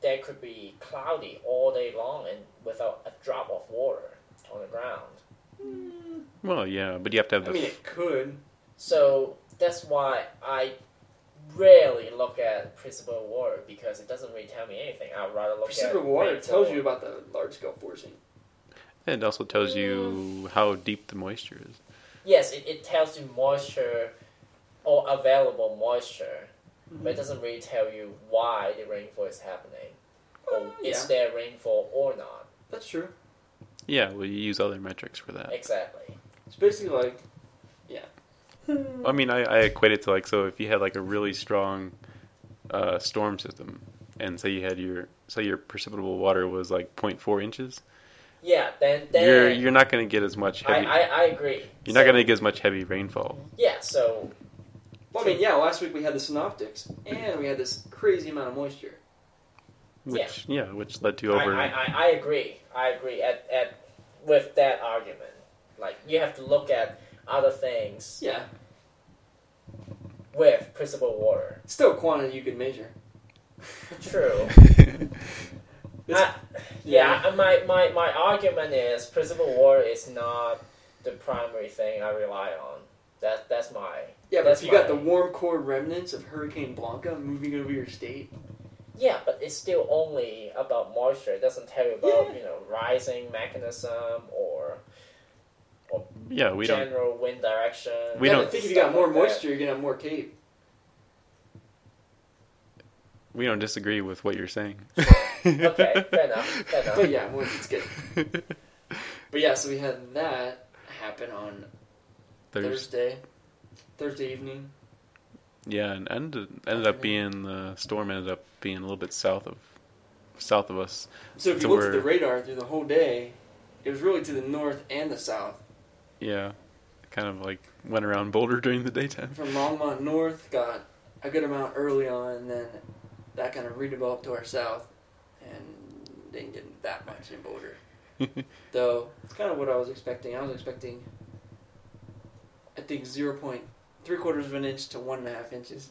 [SPEAKER 3] There could be cloudy all day long and without a drop of water on the ground.
[SPEAKER 1] Well, yeah, but you have to have
[SPEAKER 2] I
[SPEAKER 1] the
[SPEAKER 2] mean, it could.
[SPEAKER 3] So that's why I rarely look at principal water because it doesn't really tell me anything. I'd rather look
[SPEAKER 2] Precipitable
[SPEAKER 3] at
[SPEAKER 2] water
[SPEAKER 3] rainfall.
[SPEAKER 2] tells you about the large scale forcing.
[SPEAKER 1] It also tells you how deep the moisture is.
[SPEAKER 3] Yes, it, it tells you moisture or available moisture, but it doesn't really tell you why the rainfall is happening. Or
[SPEAKER 2] Yeah.
[SPEAKER 3] is there rainfall or not?
[SPEAKER 2] That's true.
[SPEAKER 1] Yeah, well, you use other metrics for that.
[SPEAKER 3] Exactly.
[SPEAKER 2] It's basically like
[SPEAKER 1] I mean, I, I equate it to like, so if you had like a really strong uh, storm system, and say you had your, say your precipitable water was like 0.4 inches,
[SPEAKER 3] Yeah, then then
[SPEAKER 1] you're you're not going to get as much
[SPEAKER 3] I,
[SPEAKER 1] heavy.
[SPEAKER 3] I, I agree.
[SPEAKER 1] you're not going to get as much heavy rainfall.
[SPEAKER 3] Yeah, so
[SPEAKER 2] Well, I mean, yeah, last week we had the synoptics, and we had this crazy amount of moisture.
[SPEAKER 1] Which yeah, which led to
[SPEAKER 3] I,
[SPEAKER 1] over.
[SPEAKER 3] I, I, I agree. I agree at, at with that argument. Like you have to look at other things
[SPEAKER 2] Yeah,
[SPEAKER 3] with principal water.
[SPEAKER 2] still quantity you can measure.
[SPEAKER 3] True.
[SPEAKER 2] It's-
[SPEAKER 3] I- yeah, my, my, my argument is principal water is not the primary thing I rely on. That that's my
[SPEAKER 2] yeah, but if
[SPEAKER 3] that's
[SPEAKER 2] you got the
[SPEAKER 3] why-
[SPEAKER 2] warm core remnants of Hurricane Blanca moving over your state,
[SPEAKER 3] yeah, but it's still only about moisture. It doesn't tell you about
[SPEAKER 2] Yeah.
[SPEAKER 3] you know rising mechanism or
[SPEAKER 1] yeah, we don't.
[SPEAKER 3] general wind direction.
[SPEAKER 1] We
[SPEAKER 2] yeah,
[SPEAKER 1] don't-
[SPEAKER 2] but think if you got
[SPEAKER 3] Stuff
[SPEAKER 2] more
[SPEAKER 3] like that.
[SPEAKER 2] moisture, you're gonna have more cape.
[SPEAKER 1] We don't disagree with what you're saying.
[SPEAKER 3] Okay, fair enough. Fair enough.
[SPEAKER 2] But yeah, well, it's good. But yeah, so we had that happen on
[SPEAKER 1] There's
[SPEAKER 2] Thursday, Thursday evening.
[SPEAKER 1] yeah, and ended ended up being the storm ended up being a little bit south of south of us.
[SPEAKER 2] So if
[SPEAKER 1] So
[SPEAKER 2] you looked at
[SPEAKER 1] we're-
[SPEAKER 2] the radar through the whole day, it was really to the north and the south.
[SPEAKER 1] Yeah. Kind of like went around Boulder during the daytime.
[SPEAKER 2] From Longmont north, got a good amount early on, and then that kind of redeveloped to our south, and didn't get that much in Boulder. Though it's kind of what I was expecting. I was expecting, I think, zero point three quarters of an inch to one and a half inches.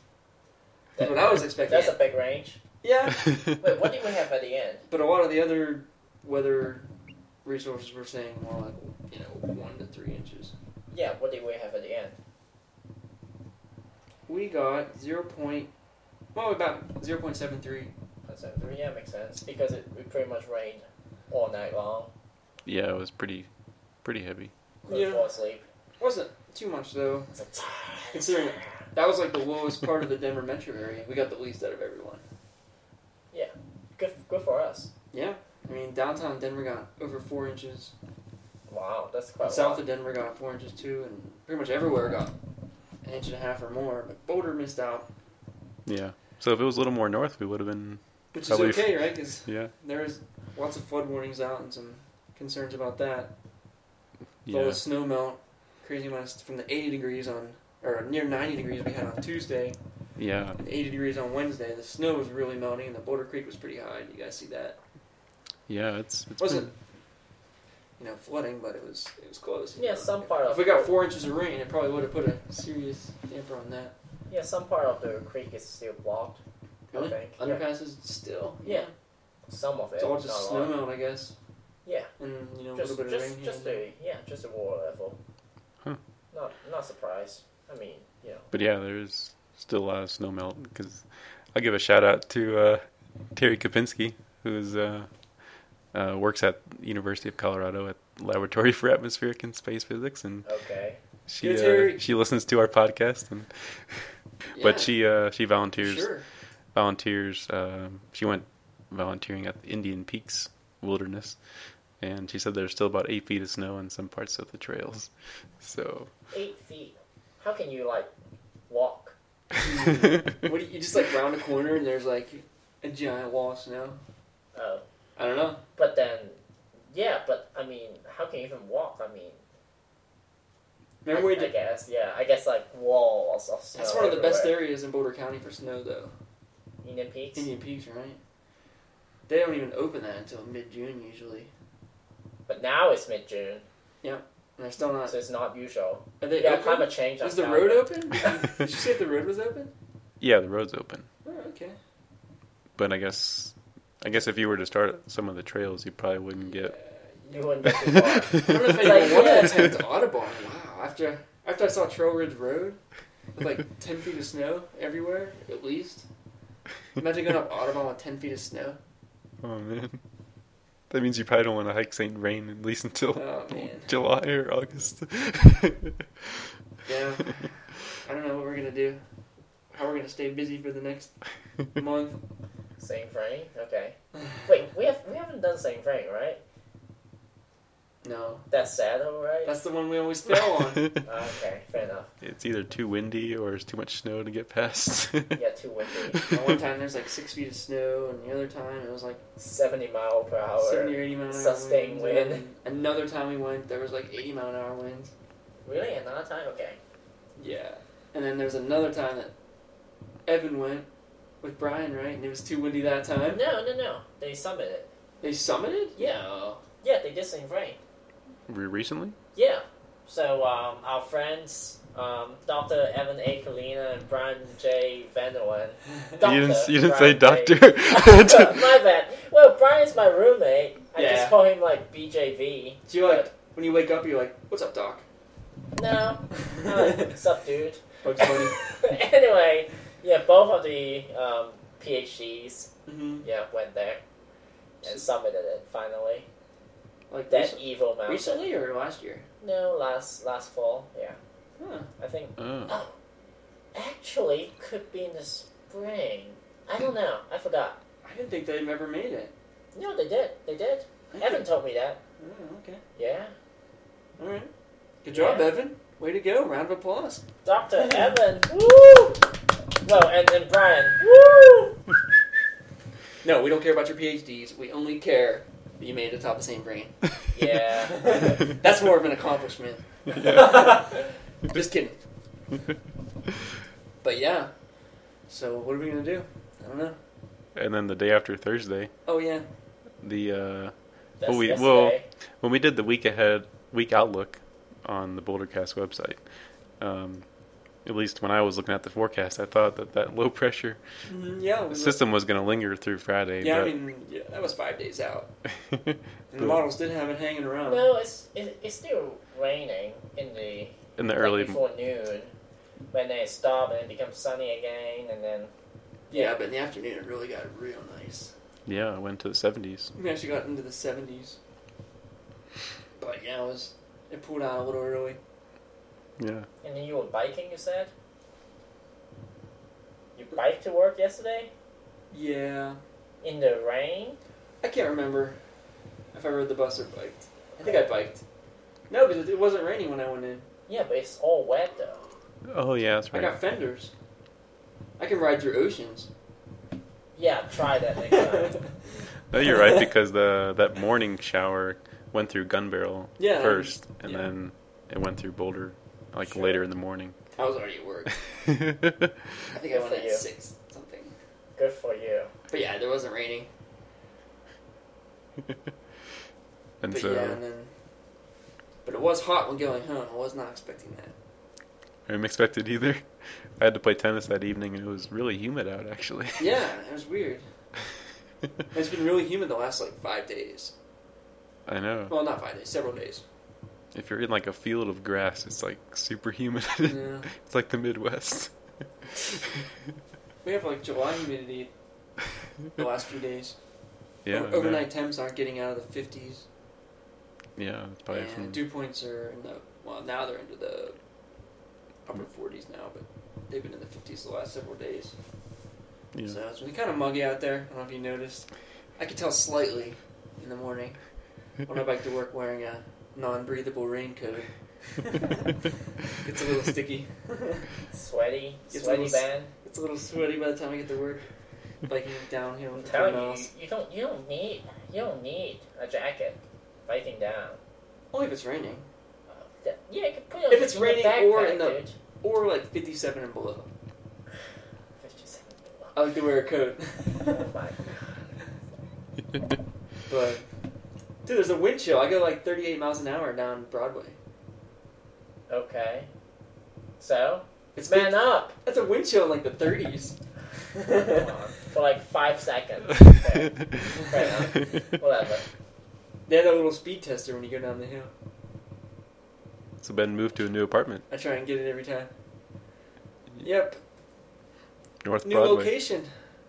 [SPEAKER 2] That's what I was expecting.
[SPEAKER 3] That's a big range.
[SPEAKER 2] yeah,
[SPEAKER 3] Wait, what did we have at the end?
[SPEAKER 2] but a lot of the other weather resources were saying more like you know one to three inches.
[SPEAKER 3] Yeah, what did we have at the end?
[SPEAKER 2] We got zero point, well, about zero point seven three.
[SPEAKER 3] That's it. Yeah, makes sense because it, it pretty much rained all night long.
[SPEAKER 1] yeah, it was pretty pretty heavy.
[SPEAKER 3] Couldn't
[SPEAKER 2] Yeah.
[SPEAKER 3] fall asleep.
[SPEAKER 2] Wasn't too much though.
[SPEAKER 3] It's like,
[SPEAKER 2] Considering That was like the lowest part of the Denver metro area. We got the least out of everyone.
[SPEAKER 3] Good, good for us.
[SPEAKER 2] Yeah, I mean downtown Denver got over four inches.
[SPEAKER 3] Wow, that's quite. a
[SPEAKER 2] South
[SPEAKER 3] lot.
[SPEAKER 2] of Denver got four inches too, and pretty much everywhere got an inch and a half or more. But Boulder missed out,
[SPEAKER 1] Yeah. So if it was a little more north, we would have been.
[SPEAKER 2] which is
[SPEAKER 1] Probably f-
[SPEAKER 2] okay, right? Because
[SPEAKER 1] Yeah.
[SPEAKER 2] there is lots of flood warnings out and some concerns about that. With all
[SPEAKER 1] Yeah.
[SPEAKER 2] the snow melt, crazy amount of- from the 80 degrees on or near 90 degrees we had on Tuesday,
[SPEAKER 1] Yeah.
[SPEAKER 2] and 80 degrees on Wednesday. The snow was really melting, and the Boulder Creek was pretty high. Did you guys see that?
[SPEAKER 1] Yeah. It's.
[SPEAKER 2] It
[SPEAKER 1] it's
[SPEAKER 2] wasn't
[SPEAKER 1] been-
[SPEAKER 2] you know flooding, but it was it was close. you
[SPEAKER 3] Yeah,
[SPEAKER 2] know.
[SPEAKER 3] some part
[SPEAKER 2] If
[SPEAKER 3] of
[SPEAKER 2] we got
[SPEAKER 3] it.
[SPEAKER 2] four inches of rain, it probably would have put a serious damper on that.
[SPEAKER 3] Yeah, some part of the creek is still blocked.
[SPEAKER 2] Really?
[SPEAKER 3] I think. Yeah.
[SPEAKER 2] Underpasses still.
[SPEAKER 3] Yeah. Some of it.
[SPEAKER 2] It's all
[SPEAKER 3] not a
[SPEAKER 2] just
[SPEAKER 3] lot.
[SPEAKER 2] snow melt, I guess.
[SPEAKER 3] Yeah.
[SPEAKER 2] And you know a
[SPEAKER 3] Just,
[SPEAKER 2] little bit of
[SPEAKER 3] just,
[SPEAKER 2] rain.
[SPEAKER 3] just
[SPEAKER 2] here.
[SPEAKER 3] the yeah, just the water level.
[SPEAKER 1] Huh.
[SPEAKER 3] Not, not surprised. I mean, you know,
[SPEAKER 1] But yeah, there's still a lot of snow melt because I'll give a shout out to uh, Terry Kopinski, who's uh, uh, works at University of Colorado at Laboratory for Atmospheric and Space Physics, and
[SPEAKER 3] okay.
[SPEAKER 1] she
[SPEAKER 2] Go, Terry.
[SPEAKER 1] uh, she listens to our podcast, and
[SPEAKER 2] Yeah,
[SPEAKER 1] but she uh, she volunteers
[SPEAKER 2] Sure.
[SPEAKER 1] volunteers. Um, she went volunteering at the Indian Peaks Wilderness, and she said there's still about eight feet of snow in some parts of the trails. So
[SPEAKER 3] Eight feet. How can you like walk?
[SPEAKER 2] What do you, you just like round a corner and there's like a giant wall of snow.
[SPEAKER 3] Oh,
[SPEAKER 2] I don't know.
[SPEAKER 3] but then, yeah, but I mean, how can you even walk? I mean,
[SPEAKER 2] Remember we
[SPEAKER 3] I, I
[SPEAKER 2] did.
[SPEAKER 3] guess yeah, I guess like walls of snow.
[SPEAKER 2] That's one of the best
[SPEAKER 3] everywhere.
[SPEAKER 2] areas in Boulder County for snow, though.
[SPEAKER 3] Indian Peaks.
[SPEAKER 2] Indian Peaks, right? They don't even open that until mid-June usually,
[SPEAKER 3] But now it's mid June,
[SPEAKER 2] and they're still not.
[SPEAKER 3] so it's not usual.
[SPEAKER 2] Are they
[SPEAKER 3] yeah,
[SPEAKER 2] open?
[SPEAKER 3] climate change.
[SPEAKER 2] Is the
[SPEAKER 3] I'm down
[SPEAKER 2] road
[SPEAKER 3] with.
[SPEAKER 2] open? Did you say if the road was open?
[SPEAKER 1] yeah, the road's open,
[SPEAKER 2] Oh, okay.
[SPEAKER 1] but I guess I guess if you were to start at some of the trails, you probably wouldn't get.
[SPEAKER 3] You wouldn't get too far.
[SPEAKER 2] I don't know if anyone wanted to attempt Audubon. Wow. After after I saw Trail Ridge Road with like ten feet of snow everywhere, at least. Imagine going up Audubon with ten feet of snow.
[SPEAKER 1] Oh man, that means you probably don't want to hike Saint Rain at least until
[SPEAKER 2] Oh man.
[SPEAKER 1] July or August.
[SPEAKER 2] Yeah. I don't know what we're gonna do. How we're gonna stay busy for the next month.
[SPEAKER 3] Same frame. Okay. Wait, we have we haven't done same frame, right?
[SPEAKER 2] No.
[SPEAKER 3] That's sad, all right.
[SPEAKER 2] That's the one we always fail on.
[SPEAKER 3] okay, fair enough.
[SPEAKER 1] It's either too windy or it's too much snow to get past.
[SPEAKER 3] Yeah, too windy.
[SPEAKER 2] And one time there's like six feet of snow and the other time it was like
[SPEAKER 3] 70 mile per hour.
[SPEAKER 2] seventy or eighty mile an hour.
[SPEAKER 3] Sustained
[SPEAKER 2] winds, and
[SPEAKER 3] wind.
[SPEAKER 2] then Another time we went there was like eighty mile an hour winds.
[SPEAKER 3] Really? Another time? Okay.
[SPEAKER 2] Yeah. And then there was another time that Evan went with Brian, right? And it was too windy that time.
[SPEAKER 3] No, no, no. They summited.
[SPEAKER 2] They summited?
[SPEAKER 3] Yeah.
[SPEAKER 2] No.
[SPEAKER 3] Yeah, they did same frame.
[SPEAKER 1] Re- Recently,
[SPEAKER 3] Yeah. So um, our friends, um, Dr. Evan A. Kalina and Brian J. Vanderwen. Doctor,
[SPEAKER 1] you didn't, you didn't say
[SPEAKER 3] Brian
[SPEAKER 1] doctor.
[SPEAKER 3] J. my bad. Well, Brian's my roommate. I
[SPEAKER 2] Yeah.
[SPEAKER 3] just call him like BJV.
[SPEAKER 2] So you're like, when you wake up, you're like, what's up, Doc?
[SPEAKER 3] No. no what's up, dude?
[SPEAKER 2] Bugs Bunny.
[SPEAKER 3] anyway, yeah, both of the um, PhDs,
[SPEAKER 2] hmm
[SPEAKER 3] yeah, went there and summited it finally.
[SPEAKER 2] Like
[SPEAKER 3] That
[SPEAKER 2] that
[SPEAKER 3] evil mountain.
[SPEAKER 2] recently or last year?
[SPEAKER 3] No, last last fall. Yeah,
[SPEAKER 2] Huh.
[SPEAKER 3] I think
[SPEAKER 1] oh,
[SPEAKER 3] actually could be in the spring. I don't know. I forgot.
[SPEAKER 2] I didn't think they'd ever made it.
[SPEAKER 3] No, they did. They did.
[SPEAKER 2] Okay.
[SPEAKER 3] Evan told me that.
[SPEAKER 2] Oh, okay.
[SPEAKER 3] Yeah,
[SPEAKER 2] All right. Good job,
[SPEAKER 3] Yeah.
[SPEAKER 2] Evan. Way to go. Round of applause.
[SPEAKER 3] Doctor Evan. Woo. Well, and then Brian.
[SPEAKER 1] Oh.
[SPEAKER 3] Woo.
[SPEAKER 2] No, we don't care about your PhDs. We only care that you made it atop the same brain.
[SPEAKER 3] Yeah.
[SPEAKER 2] That's more of an accomplishment.
[SPEAKER 1] Yeah.
[SPEAKER 2] Just kidding. But yeah. So what are we gonna do? I don't know.
[SPEAKER 1] and then the day after Thursday,
[SPEAKER 2] Oh yeah.
[SPEAKER 1] the uh,
[SPEAKER 3] That's
[SPEAKER 1] Well, we-
[SPEAKER 3] yesterday.
[SPEAKER 1] well, when we did the week ahead week outlook on the bouldercast website um, at least when i was looking at the forecast i thought that that low pressure
[SPEAKER 2] Mm, yeah. We were,
[SPEAKER 1] system was going to linger through friday
[SPEAKER 2] yeah. I
[SPEAKER 1] but,
[SPEAKER 2] mean, yeah, that was five days out, and the
[SPEAKER 1] but
[SPEAKER 2] models did have it hanging around.
[SPEAKER 3] No, it's it, it's still raining in the
[SPEAKER 1] in the
[SPEAKER 3] like,
[SPEAKER 1] early
[SPEAKER 3] before noon. When they stop and it becomes sunny again, and then
[SPEAKER 2] Yeah, but in the afternoon it really got real nice.
[SPEAKER 1] yeah it went to the 70s
[SPEAKER 2] We actually got into the seventies. But yeah, it was it pulled out a little early.
[SPEAKER 1] yeah
[SPEAKER 3] and then you were biking. You said You biked to work yesterday
[SPEAKER 2] Yeah.
[SPEAKER 3] in the rain.
[SPEAKER 2] I can't remember if I rode the bus or biked. I think I biked. No, because it wasn't raining when I went in.
[SPEAKER 3] Yeah, but it's all wet though.
[SPEAKER 1] Oh yeah, that's
[SPEAKER 2] I
[SPEAKER 1] right.
[SPEAKER 2] got fenders. I can ride through oceans.
[SPEAKER 3] Yeah, try that next time.
[SPEAKER 2] yeah,
[SPEAKER 1] No, you're right because the that morning shower went through Gun Barrel
[SPEAKER 2] Yeah.
[SPEAKER 1] first, and
[SPEAKER 2] yeah.
[SPEAKER 1] then it went through Boulder like
[SPEAKER 3] Sure.
[SPEAKER 1] later in the morning.
[SPEAKER 2] I was already at work. I think I
[SPEAKER 3] Good
[SPEAKER 2] went
[SPEAKER 3] for
[SPEAKER 2] at
[SPEAKER 3] you.
[SPEAKER 2] six something.
[SPEAKER 3] Good for you.
[SPEAKER 2] But yeah, there wasn't raining.
[SPEAKER 1] and
[SPEAKER 2] but
[SPEAKER 1] so
[SPEAKER 2] yeah, and then. But it was hot when going home. I was not expecting that.
[SPEAKER 1] I didn't expect it either. I had to play tennis that evening, and it was really humid out actually.
[SPEAKER 2] Yeah, it was weird. It's been really humid the last like five days.
[SPEAKER 1] I know.
[SPEAKER 2] Well, not five days, several days.
[SPEAKER 1] If you're in like a field of grass, it's like super humid.
[SPEAKER 2] Yeah.
[SPEAKER 1] it's like the Midwest.
[SPEAKER 2] We have like July humidity the last few days.
[SPEAKER 1] yeah. I
[SPEAKER 2] O-
[SPEAKER 1] know.
[SPEAKER 2] overnight temps aren't getting out of the 50s.
[SPEAKER 1] Yeah, it's probably
[SPEAKER 2] and
[SPEAKER 1] from
[SPEAKER 2] dew points are in the well now they're into the upper 40s now, but they've been in the 50s the last several days.
[SPEAKER 1] yeah.
[SPEAKER 2] So it's been kind of muggy out there. I don't know if you noticed. I could tell slightly in the morning when I bike to work wearing a non-breathable raincoat. It's a little sticky.
[SPEAKER 3] Sweaty,
[SPEAKER 2] It's
[SPEAKER 3] sweaty
[SPEAKER 2] almost-
[SPEAKER 3] man.
[SPEAKER 2] it's a little sweaty by the time I get to work. Biking downhill
[SPEAKER 3] I'm
[SPEAKER 2] for three
[SPEAKER 3] telling you,
[SPEAKER 2] miles.
[SPEAKER 3] you don't, you don't need, you don't need a jacket. Biking down.
[SPEAKER 2] Only if it's raining.
[SPEAKER 3] Uh, that- yeah, you can put it
[SPEAKER 2] If it's
[SPEAKER 3] in the
[SPEAKER 2] raining
[SPEAKER 3] backpack,
[SPEAKER 2] or in the-
[SPEAKER 3] dude.
[SPEAKER 2] Or like 57 and below.
[SPEAKER 3] 57 below.
[SPEAKER 2] I like to wear a coat.
[SPEAKER 3] Oh my god.
[SPEAKER 2] But dude, there's a wind chill. I go like 38 miles an hour down Broadway.
[SPEAKER 3] Okay. So,
[SPEAKER 2] It's
[SPEAKER 3] man
[SPEAKER 2] man.
[SPEAKER 3] up.
[SPEAKER 2] That's a wind chill in like the 30s.
[SPEAKER 3] Come on. For like five seconds. Okay. Whatever.
[SPEAKER 2] They have that little speed tester when you go down the hill.
[SPEAKER 1] so Ben moved to a new apartment,
[SPEAKER 2] I try and get it every time. Yep.
[SPEAKER 1] North
[SPEAKER 2] New
[SPEAKER 1] Broadway,
[SPEAKER 2] location.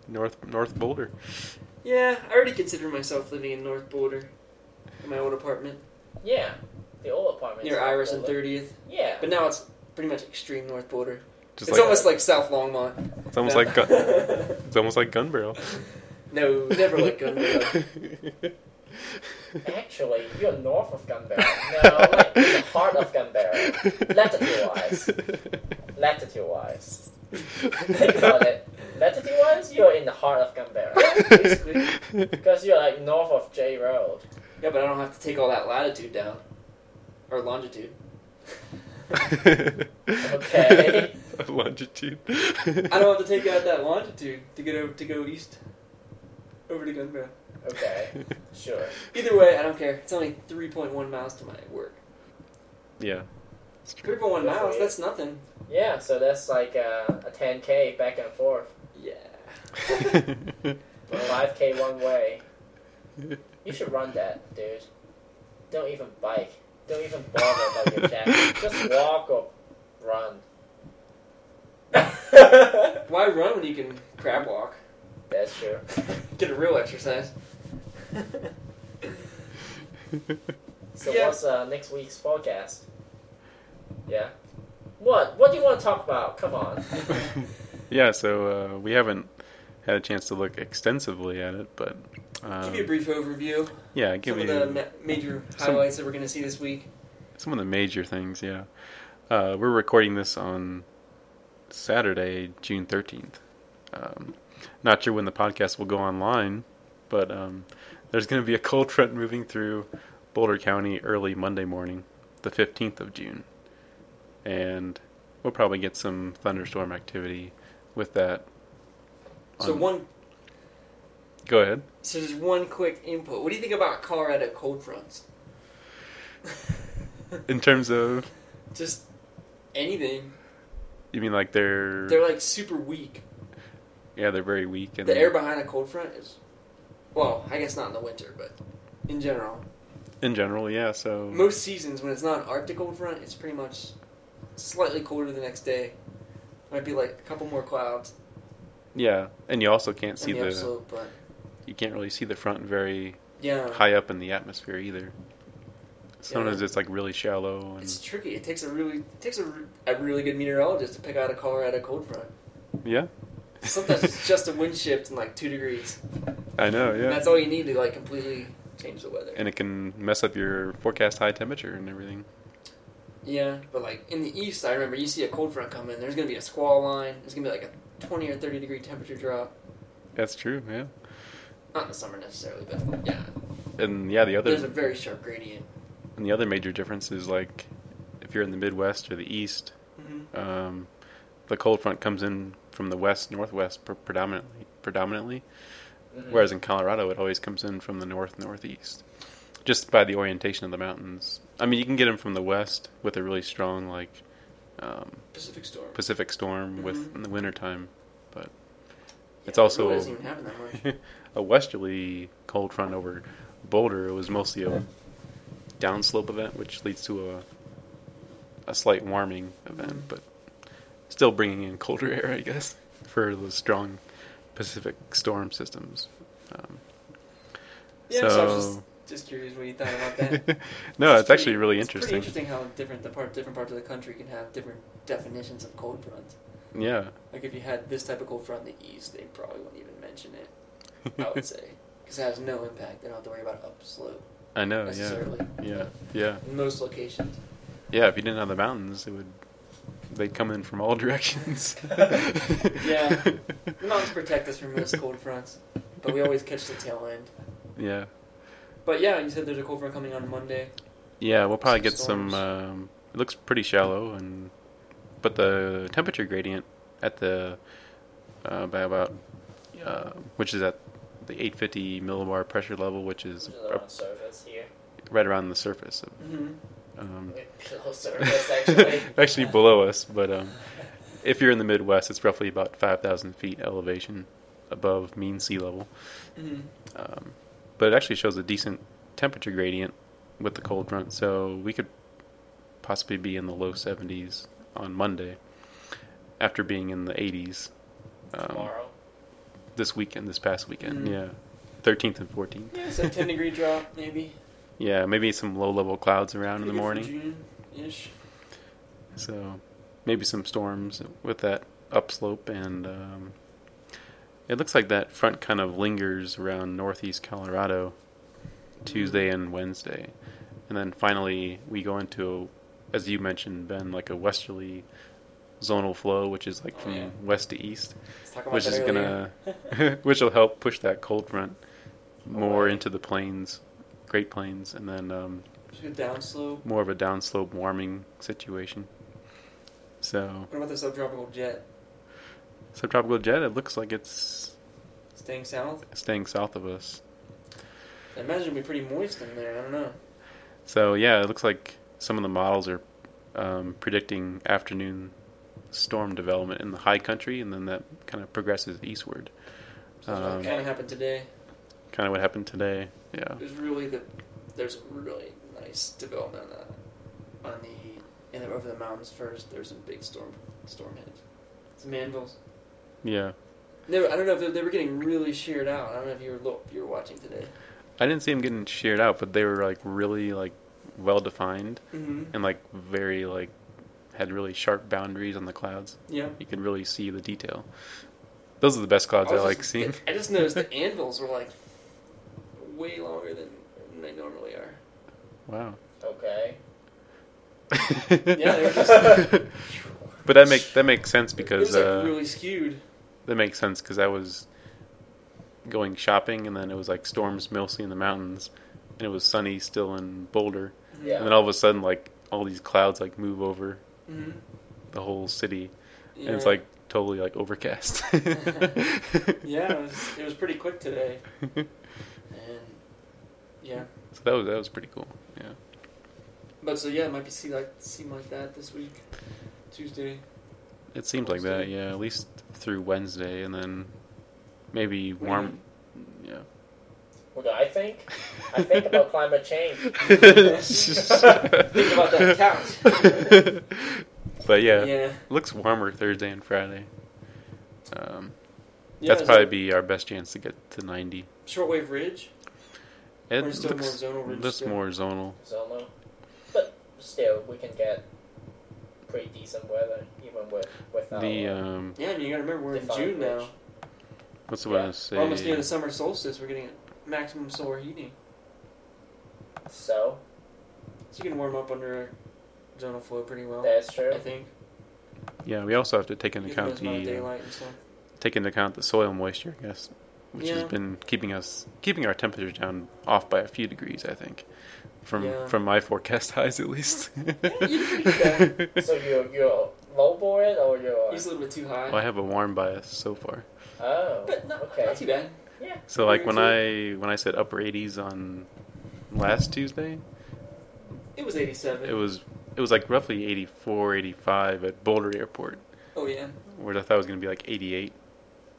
[SPEAKER 1] North North Boulder.
[SPEAKER 2] Yeah, I already consider myself living in North Boulder, in my old apartment
[SPEAKER 3] Yeah. The old apartment.
[SPEAKER 2] near Iris and 30th.
[SPEAKER 3] Yeah.
[SPEAKER 2] But now it's pretty much extreme North Boulder.
[SPEAKER 1] Just
[SPEAKER 2] it's
[SPEAKER 1] like
[SPEAKER 2] almost like South Longmont.
[SPEAKER 1] it's almost
[SPEAKER 2] No.
[SPEAKER 1] like gun, it's almost like gun barrel.
[SPEAKER 2] no, never like Gunbarrel.
[SPEAKER 3] Actually, you're north of Gunbarrel. No, like in the heart of Gunbarrel. Latitude-wise. Latitude-wise. Think about it. Latitude-wise, you're in the heart of Gunbarrel.
[SPEAKER 2] Basically.
[SPEAKER 3] Because you're like north of J Road.
[SPEAKER 2] Yeah, but I don't have to take all that latitude down or longitude.
[SPEAKER 3] Okay.
[SPEAKER 1] Longitude.
[SPEAKER 2] I don't have to take out that longitude to get over to go east, over to Gunbarrel.
[SPEAKER 3] Okay, sure.
[SPEAKER 2] Either way, I don't care. It's only three point one miles to my work.
[SPEAKER 1] yeah. It's true.
[SPEAKER 2] Three point one
[SPEAKER 3] That's
[SPEAKER 2] miles.
[SPEAKER 3] right.
[SPEAKER 2] That's nothing.
[SPEAKER 3] Yeah, so that's like uh, a 10k back and forth,
[SPEAKER 2] Yeah.
[SPEAKER 3] or 5k one way. You should run that, dude. Don't even bike. Don't even bother about your jacket. Just walk or run. that's
[SPEAKER 2] Why run when you can crab walk?
[SPEAKER 3] true.
[SPEAKER 2] Get a real exercise.
[SPEAKER 3] So
[SPEAKER 2] Yeah.
[SPEAKER 3] what's uh, next week's forecast? Yeah. What? What do you want to talk about? Come on.
[SPEAKER 1] yeah. So uh, we haven't had a chance to look extensively at it, but um,
[SPEAKER 2] give you a brief overview.
[SPEAKER 1] yeah, Um, give
[SPEAKER 2] some
[SPEAKER 1] me
[SPEAKER 2] of the ma- major
[SPEAKER 1] some-
[SPEAKER 2] highlights that we're going to see this week.
[SPEAKER 1] some of the major things. Yeah. Uh, we're recording this on Saturday, June thirteenth. Um, not sure when the podcast will go online, but um, there's going to be a cold front moving through Boulder County early Monday morning, the fifteenth of June, and we'll probably get some thunderstorm activity with that.
[SPEAKER 2] So
[SPEAKER 1] on-
[SPEAKER 2] one.
[SPEAKER 1] Go ahead.
[SPEAKER 2] So just one quick input. What do you think about Colorado cold fronts?
[SPEAKER 1] In terms of,
[SPEAKER 2] Just anything.
[SPEAKER 1] you mean like they're,
[SPEAKER 2] They're like super weak.
[SPEAKER 1] yeah they're very weak and
[SPEAKER 2] The air behind a cold front is, well, I guess not in the winter, but in general,
[SPEAKER 1] Mm-hmm. in general yeah so
[SPEAKER 2] most seasons when it's not an Arctic cold front, it's pretty much slightly colder the next day. Might be like a couple more clouds
[SPEAKER 1] yeah and you also can't
[SPEAKER 2] on
[SPEAKER 1] see
[SPEAKER 2] the,
[SPEAKER 1] the
[SPEAKER 2] upslope, but
[SPEAKER 1] you can't really see the front very
[SPEAKER 2] yeah,
[SPEAKER 1] high up in the atmosphere either. Sometimes
[SPEAKER 2] Yeah.
[SPEAKER 1] it's like really shallow and
[SPEAKER 2] it's tricky. It takes a really it takes a, re- a really good meteorologist to pick out a Colorado cold front.
[SPEAKER 1] yeah,
[SPEAKER 2] Sometimes it's just a wind shift in like two degrees.
[SPEAKER 1] I know, yeah.
[SPEAKER 2] And that's all you need to like completely change the weather.
[SPEAKER 1] and it can mess up your forecast high temperature and everything.
[SPEAKER 2] Yeah, but like in the east, I remember you see a cold front coming. There's gonna be a squall line. There's gonna be like a twenty or thirty degree temperature drop.
[SPEAKER 1] That's true, yeah.
[SPEAKER 2] Not in the summer necessarily, but yeah,
[SPEAKER 1] And yeah, the other
[SPEAKER 2] there's a very sharp gradient.
[SPEAKER 1] and the other major difference is like if you're in the Midwest or the East,
[SPEAKER 2] Mm-hmm.
[SPEAKER 1] um, the cold front comes in from the west northwest pre- predominantly predominantly,
[SPEAKER 3] Mhm.
[SPEAKER 1] whereas in Colorado it always comes in from the north northeast, just by the orientation of the mountains. I mean, you can get them from the west with a really strong like um,
[SPEAKER 2] Pacific storm.
[SPEAKER 1] Pacific storm with
[SPEAKER 2] Mhm.
[SPEAKER 1] in the wintertime. it's
[SPEAKER 2] Yeah,
[SPEAKER 1] also-
[SPEAKER 2] it doesn't even happen that much.
[SPEAKER 1] a westerly cold front over Boulder. It was mostly a downslope event, which leads to a a slight warming event, but still bringing in colder air, I guess, for the strong Pacific storm systems. Um,
[SPEAKER 2] Yeah, so I was
[SPEAKER 1] So-
[SPEAKER 2] just curious what you thought about that.
[SPEAKER 1] no, it's
[SPEAKER 2] pretty-
[SPEAKER 1] actually really
[SPEAKER 2] it's pretty
[SPEAKER 1] interesting.
[SPEAKER 2] interesting how different the part, different parts of the country can have different definitions of cold front.
[SPEAKER 1] Yeah,
[SPEAKER 2] Like if you had this type of cold front in the east, they probably wouldn't even mention it. I would say because it has no impact. They don't have to worry about upslope
[SPEAKER 1] I know. Oh, Yeah,
[SPEAKER 2] necessarily.
[SPEAKER 1] yeah, yeah,
[SPEAKER 2] In most locations.
[SPEAKER 1] yeah. If you didn't have the mountains, it would they'd come in from all directions.
[SPEAKER 2] Yeah. The mountains protect us from most cold fronts, but we always catch the tail end.
[SPEAKER 1] yeah.
[SPEAKER 2] But yeah, you said there's a cold front coming on Monday.
[SPEAKER 1] Yeah, we'll probably
[SPEAKER 2] Some
[SPEAKER 1] get some.
[SPEAKER 2] storms.
[SPEAKER 1] Um, it looks pretty shallow, and but the temperature gradient at the uh, by about uh, which is at the 850 millibar pressure level, which is
[SPEAKER 3] Which is
[SPEAKER 1] up-
[SPEAKER 3] around surface here.
[SPEAKER 1] right around the surface of.
[SPEAKER 2] Mm-hmm.
[SPEAKER 1] Um,
[SPEAKER 3] Below surface, actually.
[SPEAKER 1] actually below us, but um, if you're in the Midwest, it's roughly about 5,000 feet elevation above mean sea level.
[SPEAKER 2] Mm-hmm.
[SPEAKER 1] Um, but it actually shows a decent temperature gradient with the cold front, so we could possibly be in the low 70s on Monday after being in the 80s um,
[SPEAKER 3] Tomorrow. Mm-hmm.
[SPEAKER 1] this weekend, this past weekend.
[SPEAKER 2] Mm.
[SPEAKER 1] Yeah. 13th and 14th.
[SPEAKER 2] Yeah, it's a 10 degree drop maybe.
[SPEAKER 1] Yeah, maybe some low level clouds around in the
[SPEAKER 2] Pretty good
[SPEAKER 1] morning.
[SPEAKER 2] for June-ish.
[SPEAKER 1] So maybe some storms with that upslope, and um, it looks like that front kind of lingers around northeast Colorado Tuesday and Wednesday, and then finally we go into, as you mentioned, Ben, like a westerly zonal flow, which is like
[SPEAKER 2] Oh,
[SPEAKER 1] from
[SPEAKER 2] yeah.
[SPEAKER 1] west to east,
[SPEAKER 2] Let's talk about
[SPEAKER 1] which
[SPEAKER 2] that
[SPEAKER 1] is
[SPEAKER 2] earlier.
[SPEAKER 1] gonna, which will help push that cold front
[SPEAKER 2] Oh,
[SPEAKER 1] more
[SPEAKER 3] Away.
[SPEAKER 1] into the plains, Great Plains, and then um,
[SPEAKER 2] Just go downslope.
[SPEAKER 1] more of a downslope warming situation. So
[SPEAKER 2] What about the subtropical jet
[SPEAKER 1] subtropical jet, it looks like it's
[SPEAKER 2] staying south?
[SPEAKER 1] staying south of us.
[SPEAKER 2] I imagine it'd be pretty moist in there. I don't know.
[SPEAKER 1] So yeah, it looks like some of the models are um, predicting afternoon storm development in the high country, and then that kind of progresses eastward.
[SPEAKER 2] That's what
[SPEAKER 1] Um,
[SPEAKER 2] kind of happened today.
[SPEAKER 1] Kind of what happened today. Yeah,
[SPEAKER 2] There's really the there's really nice development on the, on the in the, over the mountains first. There's a big storm storm hit. It's manvils.
[SPEAKER 1] yeah.
[SPEAKER 2] They were, I don't know if they, they were getting really sheared out. I don't know if you were look you were watching today.
[SPEAKER 1] I didn't see them getting sheared out, but they were like really like well defined
[SPEAKER 2] Mm-hmm.
[SPEAKER 1] and like very like had really sharp boundaries on the clouds.
[SPEAKER 2] Yeah.
[SPEAKER 1] You could really see the detail. Those are the best clouds I,
[SPEAKER 2] was
[SPEAKER 1] like
[SPEAKER 2] just-
[SPEAKER 1] seeing.
[SPEAKER 2] I just noticed the anvils were like way longer than they normally are.
[SPEAKER 1] Wow.
[SPEAKER 3] Okay.
[SPEAKER 2] Yeah, they're
[SPEAKER 3] just-
[SPEAKER 1] but that make that makes sense
[SPEAKER 2] it
[SPEAKER 1] because
[SPEAKER 2] was like
[SPEAKER 1] uh,
[SPEAKER 2] really skewed.
[SPEAKER 1] that makes sense because I was going shopping and then it was like storms mostly in the mountains and it was sunny still in Boulder
[SPEAKER 3] Yeah.
[SPEAKER 1] and then all of a sudden like all these clouds like move over
[SPEAKER 2] Mm-hmm.
[SPEAKER 1] the whole city
[SPEAKER 2] Yeah.
[SPEAKER 1] and it's like totally like overcast.
[SPEAKER 2] yeah, it was, it was pretty quick today, and yeah.
[SPEAKER 1] So that was that was pretty cool. Yeah.
[SPEAKER 2] But so yeah, it might be see like seem like that this week, Tuesday.
[SPEAKER 1] It seems like that,
[SPEAKER 2] Wednesday.
[SPEAKER 1] yeah, at least through Wednesday and then maybe
[SPEAKER 2] What do you
[SPEAKER 1] warm yeah.
[SPEAKER 3] Well, I think. I think about climate change.
[SPEAKER 2] Think about that couch.
[SPEAKER 1] but yeah,
[SPEAKER 2] Yeah.
[SPEAKER 1] looks warmer Thursday and Friday. Um,
[SPEAKER 2] Yeah,
[SPEAKER 1] that's
[SPEAKER 2] is
[SPEAKER 1] probably
[SPEAKER 2] it
[SPEAKER 1] be our best chance to get to 90.
[SPEAKER 2] shortwave ridge.
[SPEAKER 1] It
[SPEAKER 2] Or is it
[SPEAKER 1] looks
[SPEAKER 2] more zonal ridge
[SPEAKER 1] looks
[SPEAKER 2] still?
[SPEAKER 1] more zonal.
[SPEAKER 3] Zono. But still, we can get pretty decent weather, even with without
[SPEAKER 1] The
[SPEAKER 3] uh,
[SPEAKER 1] um,
[SPEAKER 2] Yeah, and you gotta remember we're in
[SPEAKER 3] defined
[SPEAKER 2] June now.
[SPEAKER 3] ridge.
[SPEAKER 1] what's the one I
[SPEAKER 3] Yeah,
[SPEAKER 1] say?
[SPEAKER 2] We're almost near the summer solstice. We're getting maximum solar heating,
[SPEAKER 1] uh,
[SPEAKER 3] So
[SPEAKER 2] so you can warm up under a zonal flow pretty well.
[SPEAKER 3] that's true.
[SPEAKER 2] I think.
[SPEAKER 1] Yeah, we also have to take into
[SPEAKER 2] Given
[SPEAKER 1] account
[SPEAKER 2] those amount of
[SPEAKER 1] the uh,
[SPEAKER 2] daylight and stuff.
[SPEAKER 1] take into account the soil moisture, I guess, which has
[SPEAKER 2] Yeah.
[SPEAKER 1] been keeping us keeping our temperatures down off by a few degrees, I think, from
[SPEAKER 2] Yeah.
[SPEAKER 1] from my forecast highs at least.
[SPEAKER 2] you did pretty
[SPEAKER 3] so you you're low bore it or you're
[SPEAKER 2] He's a little bit too high,
[SPEAKER 1] Well, I have a warm bias so far.
[SPEAKER 3] oh
[SPEAKER 2] but not,
[SPEAKER 3] okay
[SPEAKER 2] not too bad. Oh,
[SPEAKER 1] So like when
[SPEAKER 2] Where
[SPEAKER 1] I when I said upper 80s on last Tuesday,
[SPEAKER 2] It was 87.
[SPEAKER 1] it was it was like roughly 84, 85 at Boulder Airport,
[SPEAKER 2] oh yeah,
[SPEAKER 1] where I thought it was going to be like 88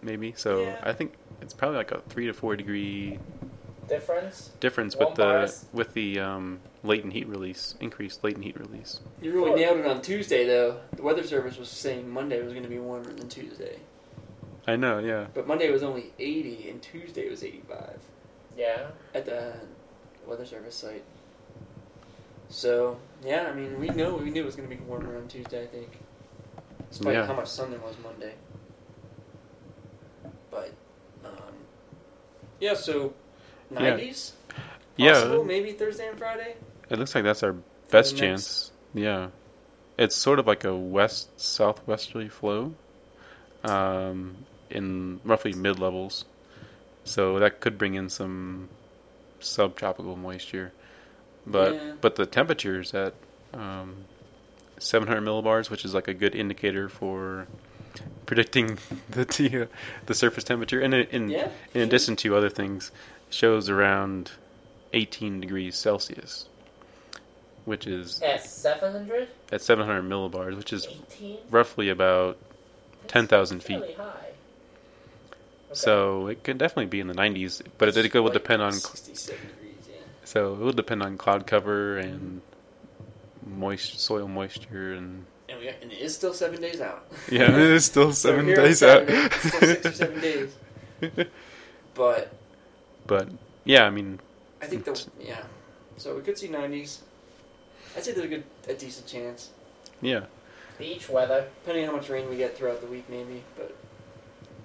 [SPEAKER 1] maybe. So
[SPEAKER 2] Yeah.
[SPEAKER 1] I think it's probably like a 3 to 4 degree
[SPEAKER 3] difference.
[SPEAKER 1] difference
[SPEAKER 3] Warm
[SPEAKER 1] with the
[SPEAKER 3] bias.
[SPEAKER 1] with the um, latent heat release, increased latent heat release.
[SPEAKER 2] you really
[SPEAKER 3] Sure.
[SPEAKER 2] nailed it on Tuesday though. The weather service was saying Monday was going to be warmer than Tuesday,
[SPEAKER 1] I know, yeah.
[SPEAKER 2] but Monday was only 80 and Tuesday was 85
[SPEAKER 3] Yeah.
[SPEAKER 2] at the weather service site. So yeah, I mean we know we knew it was going to be warmer on Tuesday. I think, despite
[SPEAKER 1] Yeah.
[SPEAKER 2] how much sun there was Monday. But um, yeah, so
[SPEAKER 1] Yeah.
[SPEAKER 2] 90s.
[SPEAKER 1] Yeah,
[SPEAKER 2] possible, maybe Thursday and Friday.
[SPEAKER 1] it looks like that's our
[SPEAKER 2] For
[SPEAKER 1] best
[SPEAKER 2] the next-
[SPEAKER 1] chance. Yeah. It's sort of like a west southwesterly flow um, in roughly mid levels. So that could bring in some subtropical moisture. But
[SPEAKER 2] Yeah.
[SPEAKER 1] but the temperature's at um, 700 millibars, which is like a good indicator for predicting the t- the surface temperature. And in, in,
[SPEAKER 2] Yeah,
[SPEAKER 1] in
[SPEAKER 2] sure.
[SPEAKER 1] addition to other things, shows around 18 degrees Celsius, which is
[SPEAKER 3] At 700?
[SPEAKER 1] at 700 millibars, which is
[SPEAKER 3] 18?
[SPEAKER 1] roughly about 10,000
[SPEAKER 3] That's
[SPEAKER 1] feet.
[SPEAKER 3] fairly high. Okay.
[SPEAKER 1] So it could definitely be in the 90s, but it will
[SPEAKER 2] Like
[SPEAKER 1] depend on
[SPEAKER 2] 67 degrees, yeah.
[SPEAKER 1] so it will depend on cloud cover and moist soil moisture and
[SPEAKER 2] And, we and it is still seven days out.
[SPEAKER 1] yeah, it's still
[SPEAKER 2] So
[SPEAKER 1] seven
[SPEAKER 2] here on
[SPEAKER 1] days out.
[SPEAKER 2] Saturday, it's still six or seven days. But
[SPEAKER 1] but yeah, I mean,
[SPEAKER 2] I think the yeah. So we could see 90s. I'd say there's a good, a decent chance,
[SPEAKER 1] yeah,
[SPEAKER 3] Beach weather.
[SPEAKER 2] depending on how much rain we get throughout the week, maybe. But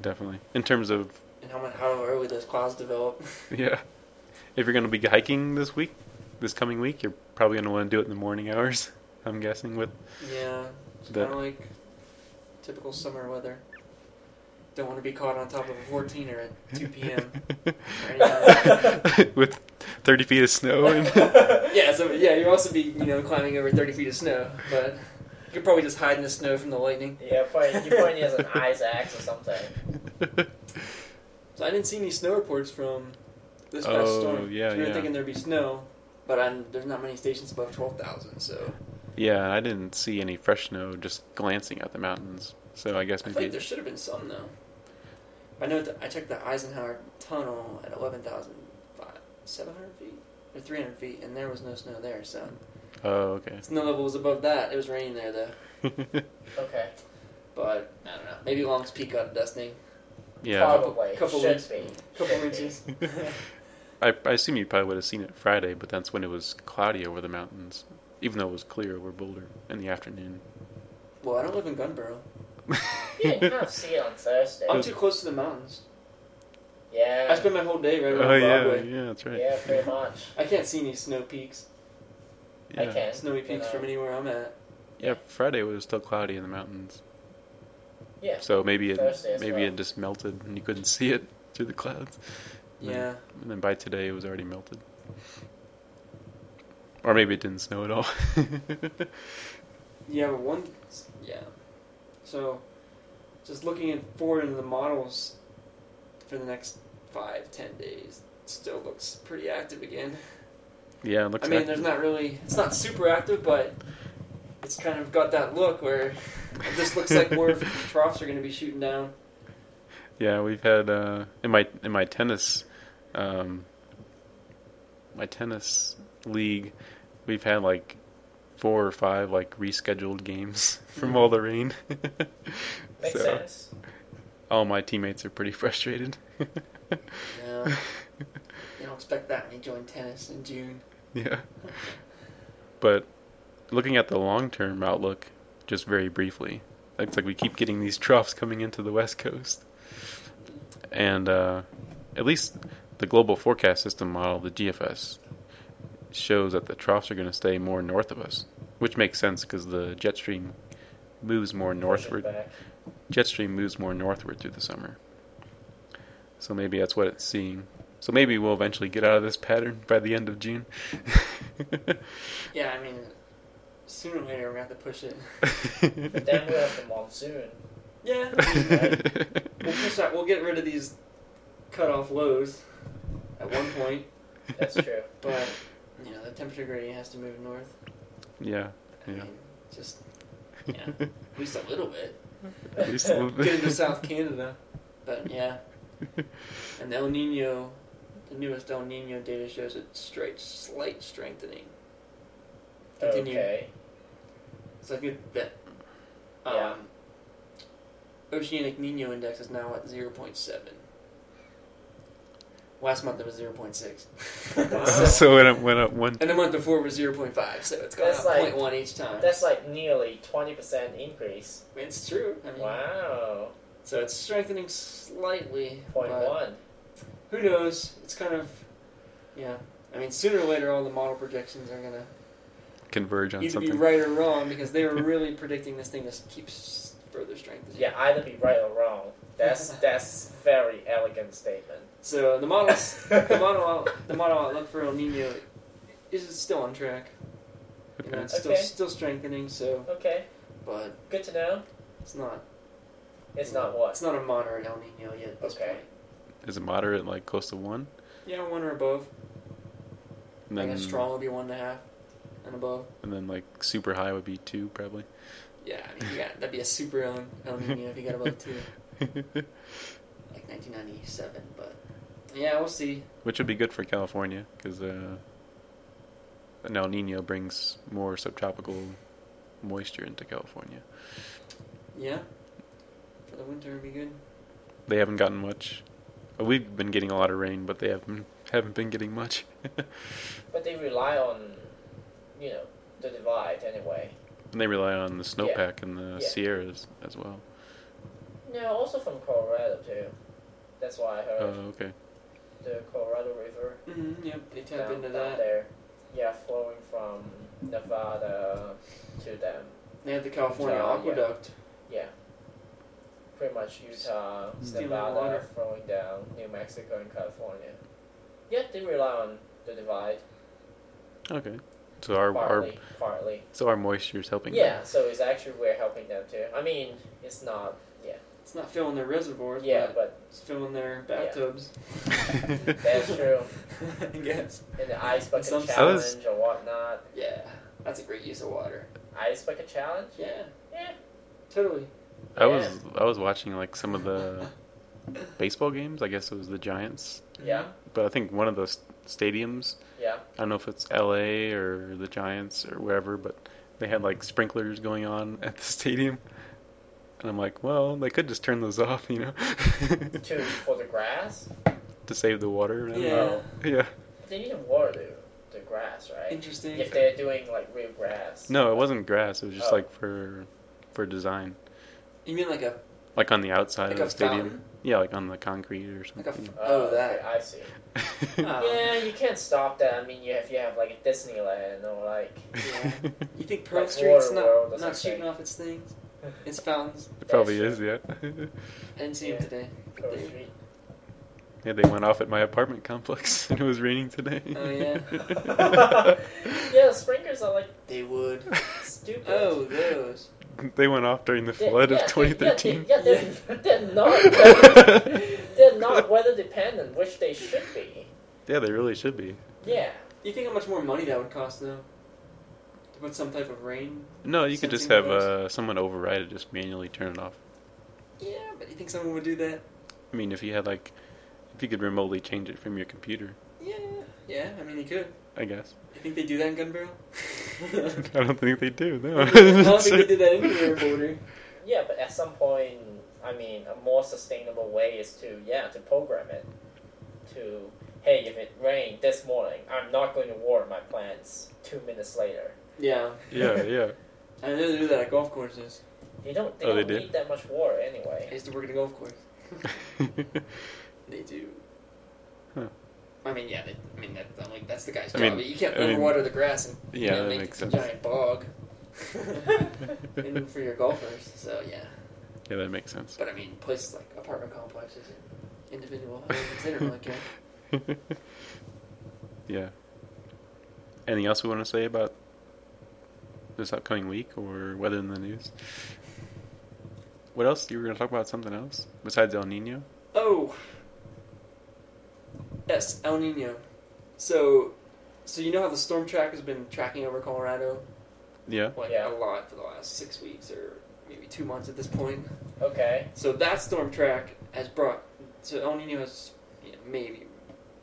[SPEAKER 1] definitely in terms of
[SPEAKER 2] and how much, how early those clouds develop.
[SPEAKER 1] Yeah. If you're going to be hiking this week, this coming week, you're probably going to want to do it in the morning hours, I'm guessing, with
[SPEAKER 2] yeah, it's
[SPEAKER 1] That-
[SPEAKER 2] kind of like typical summer weather. Don't want to be caught on top of a 14er at 2 p.m. or anything.
[SPEAKER 1] with 30 feet of snow and
[SPEAKER 2] Yeah, so yeah, you'd also be you know climbing over thirty feet of snow, but you could probably just hide in the snow from the lightning.
[SPEAKER 3] yeah, probably, you probably need an ice axe or something.
[SPEAKER 2] So I didn't see any snow reports from this past
[SPEAKER 1] Oh,
[SPEAKER 2] storm.
[SPEAKER 1] yeah,
[SPEAKER 2] so we were
[SPEAKER 1] yeah.
[SPEAKER 2] thinking there'd be snow, but i there's not many stations above twelve thousand. So
[SPEAKER 1] yeah, I didn't see any fresh snow just glancing at the mountains. So I guess
[SPEAKER 2] I feel
[SPEAKER 1] maybe
[SPEAKER 2] like there should have been some though. I know th- I checked the Eisenhower Tunnel at eleven thousand seven hundred feet or three hundred feet, and there was no snow there. So
[SPEAKER 1] Oh,
[SPEAKER 2] snow level was above that. It was raining there though,
[SPEAKER 1] okay.
[SPEAKER 3] Okay.
[SPEAKER 2] but I don't know. Maybe Long's Peak got a dusting,
[SPEAKER 1] yeah.
[SPEAKER 3] Probably.
[SPEAKER 2] Couple
[SPEAKER 3] Should
[SPEAKER 2] weeks.
[SPEAKER 3] be.
[SPEAKER 2] couple
[SPEAKER 3] Should be.
[SPEAKER 2] inches.
[SPEAKER 1] I, I assume you probably would have seen it Friday, but that's when it was cloudy over the mountains, even though it was clear over Boulder in the afternoon.
[SPEAKER 2] Well, I don't live in Gunborough.
[SPEAKER 3] You didn't kind of see it on Thursday.
[SPEAKER 2] I'm too close to the mountains.
[SPEAKER 3] Yeah.
[SPEAKER 2] I spend my whole day right around
[SPEAKER 1] oh, yeah,
[SPEAKER 2] Broadway.
[SPEAKER 1] yeah, that's right.
[SPEAKER 3] yeah, pretty much.
[SPEAKER 2] I can't see any snow peaks,
[SPEAKER 1] Yeah.
[SPEAKER 3] I can. uh,
[SPEAKER 2] snowy peaks
[SPEAKER 3] you know.
[SPEAKER 2] E from anywhere I'm at.
[SPEAKER 1] Yeah, Friday was still cloudy in the mountains,
[SPEAKER 3] Yeah.
[SPEAKER 1] so maybe it
[SPEAKER 3] Thursday as
[SPEAKER 1] maybe
[SPEAKER 3] well.
[SPEAKER 1] it just melted and you couldn't see it through the clouds. Mm.
[SPEAKER 2] Yeah,
[SPEAKER 1] And then by today, it was already melted, or maybe it didn't snow at all.
[SPEAKER 2] yeah, but one, yeah. So, just looking at forward into the models for the next five, ten days, it still looks pretty active again.
[SPEAKER 1] yeah, it looks.
[SPEAKER 2] I mean,
[SPEAKER 1] like-
[SPEAKER 2] there's not really, it's not super active, but it's kind of got that look where it just looks like more troughs are going to be shooting down.
[SPEAKER 1] Yeah, we've had uh, in my in my tennis, um, my tennis league, we've had like four or five like rescheduled games from
[SPEAKER 2] Mm-hmm.
[SPEAKER 1] all the rain.
[SPEAKER 3] Makes
[SPEAKER 1] so
[SPEAKER 3] sense.
[SPEAKER 1] all my teammates are pretty frustrated.
[SPEAKER 2] Yeah, you don't expect that when you join tennis in June.
[SPEAKER 1] Yeah. But looking at the long term outlook, just very briefly. It's like we keep getting these troughs coming into the West Coast, and uh, at least the global forecast system model, the GFS, shows that the troughs are going to stay more north of us, which makes sense because the jet stream moves more northward.
[SPEAKER 3] Back.
[SPEAKER 1] Jet stream moves more northward through the summer. So maybe that's what it's seeing. So maybe we'll eventually get out of this pattern by the end of June.
[SPEAKER 2] Yeah, I mean, sooner or later we're gonna have to push it.
[SPEAKER 3] Then we have the monsoon.
[SPEAKER 2] Yeah, I mean, like, we'll push out. We'll get rid of these cutoff lows at one point,
[SPEAKER 3] That's true.
[SPEAKER 2] but you know the temperature gradient has to move north.
[SPEAKER 1] yeah,
[SPEAKER 2] I
[SPEAKER 1] Yeah.
[SPEAKER 2] mean, just yeah, at least a little bit.
[SPEAKER 1] at least a little
[SPEAKER 2] Get into
[SPEAKER 1] bit.
[SPEAKER 2] South Canada, but yeah. And El Nino, the newest El Nino data shows a straight slight strengthening. Continue.
[SPEAKER 3] okay.
[SPEAKER 2] So I think that um,
[SPEAKER 3] Yeah.
[SPEAKER 2] Oceanic Nino index is now at zero point seven. Last month it was zero point six,
[SPEAKER 3] Wow.
[SPEAKER 1] so it went up one.
[SPEAKER 2] and the month before it was zero point five. So it's gone
[SPEAKER 3] That's
[SPEAKER 2] up
[SPEAKER 3] like-
[SPEAKER 2] point one each time.
[SPEAKER 3] That's like nearly 20% increase.
[SPEAKER 2] it's true. I mean,
[SPEAKER 3] Wow.
[SPEAKER 2] So it's strengthening slightly.
[SPEAKER 3] Point
[SPEAKER 2] but
[SPEAKER 3] one.
[SPEAKER 2] Who knows? It's kind of yeah. I mean, sooner or later, all the model projections are gonna
[SPEAKER 1] Converge on
[SPEAKER 2] either
[SPEAKER 1] something.
[SPEAKER 2] be right or wrong because they were really predicting this thing to s- keep s- further strengthening.
[SPEAKER 3] Yeah, either be right or wrong. That's that's very elegant statement.
[SPEAKER 2] So uh, the models the model out, the model outlook for El Nino is still on track. You know,
[SPEAKER 1] Okay.
[SPEAKER 2] it's still
[SPEAKER 3] Okay.
[SPEAKER 2] still strengthening. So,
[SPEAKER 3] Okay,
[SPEAKER 2] but
[SPEAKER 3] good to know.
[SPEAKER 2] it's not
[SPEAKER 3] It's not what.
[SPEAKER 2] it's not a moderate El Nino yet. At this
[SPEAKER 3] Okay.
[SPEAKER 2] Point.
[SPEAKER 1] Is it moderate, like close to one?
[SPEAKER 2] Yeah, one or above.
[SPEAKER 1] And
[SPEAKER 2] I
[SPEAKER 1] then,
[SPEAKER 2] guess strong would be one and a half and above.
[SPEAKER 1] and then like super high would be two, probably.
[SPEAKER 2] Yeah, I mean, yeah, that'd be a super El, El Nino if you got above two, like 1997. But yeah, we'll see.
[SPEAKER 1] Which would be good for California because uh, an El Nino brings more subtropical moisture into California.
[SPEAKER 2] Yeah, for the winter would be good.
[SPEAKER 1] They haven't gotten much. We've been getting a lot of rain, but they haven't haven't been getting much.
[SPEAKER 3] But they rely on, you know, the divide anyway.
[SPEAKER 1] and they rely on the
[SPEAKER 3] Yeah.
[SPEAKER 1] snowpack in the
[SPEAKER 3] Yeah.
[SPEAKER 1] Sierras as well.
[SPEAKER 3] No, also from Colorado too. That's why I heard
[SPEAKER 1] Oh, okay.
[SPEAKER 3] the Colorado River
[SPEAKER 2] Mm-hmm, yep, they tap
[SPEAKER 3] down,
[SPEAKER 2] into
[SPEAKER 3] down
[SPEAKER 2] that.
[SPEAKER 3] there. Yeah, flowing from Nevada to them.
[SPEAKER 2] They have the California
[SPEAKER 3] Uh, yeah.
[SPEAKER 2] aqueduct.
[SPEAKER 3] Yeah. Pretty much Utah,
[SPEAKER 2] Stealing water.
[SPEAKER 3] Nevada, flowing down, New Mexico, and California. Yeah, they rely on the divide.
[SPEAKER 1] Okay. So our, our
[SPEAKER 3] Partly, partly.
[SPEAKER 1] so our moisture is helping.
[SPEAKER 3] Yeah, so it's actually we're helping them too. I mean, it's not.
[SPEAKER 2] It's not filling their reservoirs,
[SPEAKER 3] Yeah,
[SPEAKER 2] but
[SPEAKER 3] but
[SPEAKER 2] It's filling their
[SPEAKER 3] Yeah.
[SPEAKER 2] bathtubs.
[SPEAKER 1] them.
[SPEAKER 3] that's true.
[SPEAKER 2] I guess.
[SPEAKER 3] In the ice bucket
[SPEAKER 2] Some-
[SPEAKER 1] I was-
[SPEAKER 3] challenge or whatnot.
[SPEAKER 2] Yeah, that's a great use of water.
[SPEAKER 3] Ice bucket challenge.
[SPEAKER 2] Yeah,
[SPEAKER 3] Yeah.
[SPEAKER 2] totally.
[SPEAKER 1] I was I was watching like some of the baseball games. I guess it was the Giants,
[SPEAKER 3] Yeah.
[SPEAKER 1] but I think one of those stadiums.
[SPEAKER 3] Yeah.
[SPEAKER 1] I don't know if it's L.A. or the Giants or wherever, but they had like sprinklers going on at the stadium, and I'm like, well, they could just turn those off, you know,
[SPEAKER 3] Two for the grass.
[SPEAKER 1] to save the water. I don't know.
[SPEAKER 2] Yeah.
[SPEAKER 3] know.
[SPEAKER 1] Yeah.
[SPEAKER 3] They need to water the, the grass, right?
[SPEAKER 2] Mm-hmm. Interesting.
[SPEAKER 3] If they're doing like real grass.
[SPEAKER 1] No, it wasn't grass. It was just
[SPEAKER 3] Oh.
[SPEAKER 1] like for for design,
[SPEAKER 2] You mean like a
[SPEAKER 1] like on the outside
[SPEAKER 2] like
[SPEAKER 1] of
[SPEAKER 2] a
[SPEAKER 1] the stadium.
[SPEAKER 2] fountain?
[SPEAKER 1] Yeah, like on the concrete or
[SPEAKER 2] Like a
[SPEAKER 1] something.
[SPEAKER 2] Oh, that.
[SPEAKER 3] okay, I see.
[SPEAKER 2] Ah.
[SPEAKER 3] yeah, you can't stop that. I mean, you if you have like a Disneyland or like
[SPEAKER 2] Yeah. You think Pearl
[SPEAKER 3] Like
[SPEAKER 2] Street's
[SPEAKER 3] Waterworld
[SPEAKER 2] not
[SPEAKER 3] or
[SPEAKER 2] not
[SPEAKER 3] something.
[SPEAKER 2] shooting off its things? Its fountains.
[SPEAKER 1] It probably is,
[SPEAKER 3] That's
[SPEAKER 1] yeah.
[SPEAKER 2] I didn't see
[SPEAKER 3] Yeah.
[SPEAKER 2] them today.
[SPEAKER 3] Pearl Street.
[SPEAKER 1] yeah, they went off at my apartment complex and it was raining today.
[SPEAKER 2] Oh, yeah. Oh,
[SPEAKER 3] Yeah, the sprinklers are like
[SPEAKER 2] They would.
[SPEAKER 3] stupid.
[SPEAKER 2] Oh, those.
[SPEAKER 1] they went off during the
[SPEAKER 3] They-
[SPEAKER 1] flood
[SPEAKER 3] yeah,
[SPEAKER 1] of
[SPEAKER 3] they- yeah, they-
[SPEAKER 1] 2013.
[SPEAKER 3] Yeah, they're, they're not. they're not weather dependent, which they should be.
[SPEAKER 1] Yeah, they really should be.
[SPEAKER 3] Yeah.
[SPEAKER 2] Do you think how much more money that would cost though? To put some type of rain.
[SPEAKER 1] No, you could just
[SPEAKER 2] Sensing
[SPEAKER 1] have
[SPEAKER 2] those.
[SPEAKER 1] uh, someone override it, just manually turn it off.
[SPEAKER 2] Yeah, but you think someone would do that?
[SPEAKER 1] I mean, if you had like, if you could remotely change it from your computer,
[SPEAKER 2] Yeah. Yeah, I mean you could.
[SPEAKER 1] I guess.
[SPEAKER 2] You think they do that in Gun Barrel?
[SPEAKER 1] I don't think they do. No.
[SPEAKER 2] I don't think they do that anywhere, Border.
[SPEAKER 3] Yeah, but at some point, I mean, a more sustainable way is to yeah to program it to hey, if it rained this morning, I'm not going to water my plants two minutes later.
[SPEAKER 2] Yeah.
[SPEAKER 1] yeah, yeah.
[SPEAKER 2] I know they do that at golf courses.
[SPEAKER 3] They don't. They
[SPEAKER 1] Oh, they
[SPEAKER 3] don't
[SPEAKER 1] do?
[SPEAKER 3] need that much water
[SPEAKER 2] I
[SPEAKER 3] anyway.
[SPEAKER 2] used to work at a golf course. They do.
[SPEAKER 1] Huh.
[SPEAKER 2] I mean, yeah. They, I mean, that, I'm like, that's the guy's
[SPEAKER 1] I
[SPEAKER 2] job.
[SPEAKER 1] mean-
[SPEAKER 2] but you can't
[SPEAKER 1] I mean-
[SPEAKER 2] overwater the grass and you
[SPEAKER 1] Yeah,
[SPEAKER 2] know,
[SPEAKER 1] that
[SPEAKER 2] make
[SPEAKER 1] makes
[SPEAKER 2] a
[SPEAKER 1] sense.
[SPEAKER 2] giant bog in for your golfers. So yeah.
[SPEAKER 1] yeah, that makes sense.
[SPEAKER 2] But I mean, places like apartment complexes and individual homes, they don't really care.
[SPEAKER 1] yeah. Anything else we want to say about this upcoming week or weather in the news? What else? You were going to talk about something else besides El Nino?
[SPEAKER 2] Oh. Yes, El Nino. So, so you know how the storm track has been tracking over Colorado
[SPEAKER 1] Yeah.
[SPEAKER 2] like
[SPEAKER 3] Yeah.
[SPEAKER 2] a lot for the last six weeks or maybe two months at this point.
[SPEAKER 3] Okay.
[SPEAKER 2] So that storm track has brought. So El Nino has you know, maybe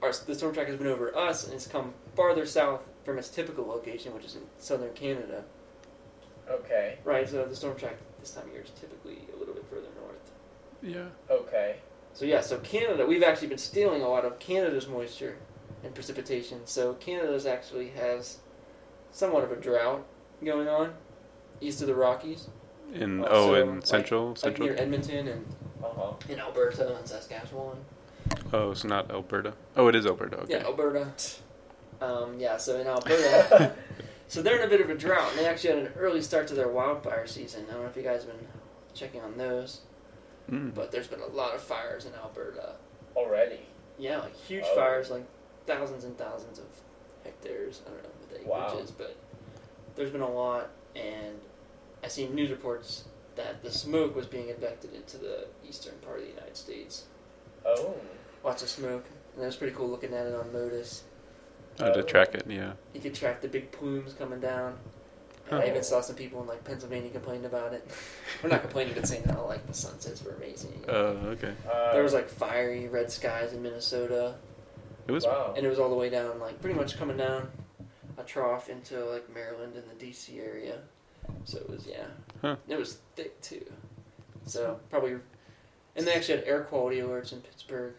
[SPEAKER 2] our the storm track has been over us and it's come farther south from its typical location, which is in southern Canada.
[SPEAKER 3] Okay.
[SPEAKER 2] Right. So the storm track this time of year is typically a little bit further north.
[SPEAKER 1] Yeah.
[SPEAKER 3] Okay.
[SPEAKER 2] So yeah, so Canada, we've actually been stealing a lot of Canada's moisture and precipitation. So Canada's actually has somewhat of a drought going on east of the Rockies,
[SPEAKER 1] In
[SPEAKER 2] Uh,
[SPEAKER 1] oh,
[SPEAKER 2] so,
[SPEAKER 1] in
[SPEAKER 2] like-
[SPEAKER 1] central
[SPEAKER 2] like
[SPEAKER 1] central.
[SPEAKER 2] near Edmonton and
[SPEAKER 3] Uh huh.
[SPEAKER 2] in Alberta and Saskatchewan.
[SPEAKER 1] oh, it's not Alberta. Oh, it is Alberta. Okay.
[SPEAKER 2] Yeah, Alberta. Um, yeah, so in Alberta, so they're in a bit of a drought, and they actually had an early start to their wildfire season. I don't know if you guys have been checking on those,
[SPEAKER 3] Mm-hmm.
[SPEAKER 1] Mm.
[SPEAKER 2] but there's been a lot of fires in Alberta.
[SPEAKER 3] Already.
[SPEAKER 2] Yeah, like huge
[SPEAKER 3] Oh.
[SPEAKER 2] fires, like thousands and thousands of hectares. I don't know what the
[SPEAKER 3] Wow.
[SPEAKER 2] acreage is, but there's been a lot, and I seen news reports that the smoke was being injected into the eastern part of the United States.
[SPEAKER 3] Oh.
[SPEAKER 2] Lots of smoke, and that was pretty cool looking at it on MODIS.
[SPEAKER 1] Oh,
[SPEAKER 2] uh,
[SPEAKER 1] to track it. Yeah.
[SPEAKER 2] You could track the big plumes coming down. And
[SPEAKER 1] Huh.
[SPEAKER 2] I even saw some people in like Pennsylvania complaining about it. We're not complaining, but saying how like the sunsets were amazing.
[SPEAKER 1] Uh, okay.
[SPEAKER 3] Uh,
[SPEAKER 2] there was like fiery red skies in Minnesota.
[SPEAKER 1] It was.
[SPEAKER 3] Wow.
[SPEAKER 2] and it was all the way down, like pretty much coming down a trough into like Maryland and the DC area. So it was yeah,
[SPEAKER 1] Huh.
[SPEAKER 2] it was thick too. So probably, and they actually had air quality alerts in Pittsburgh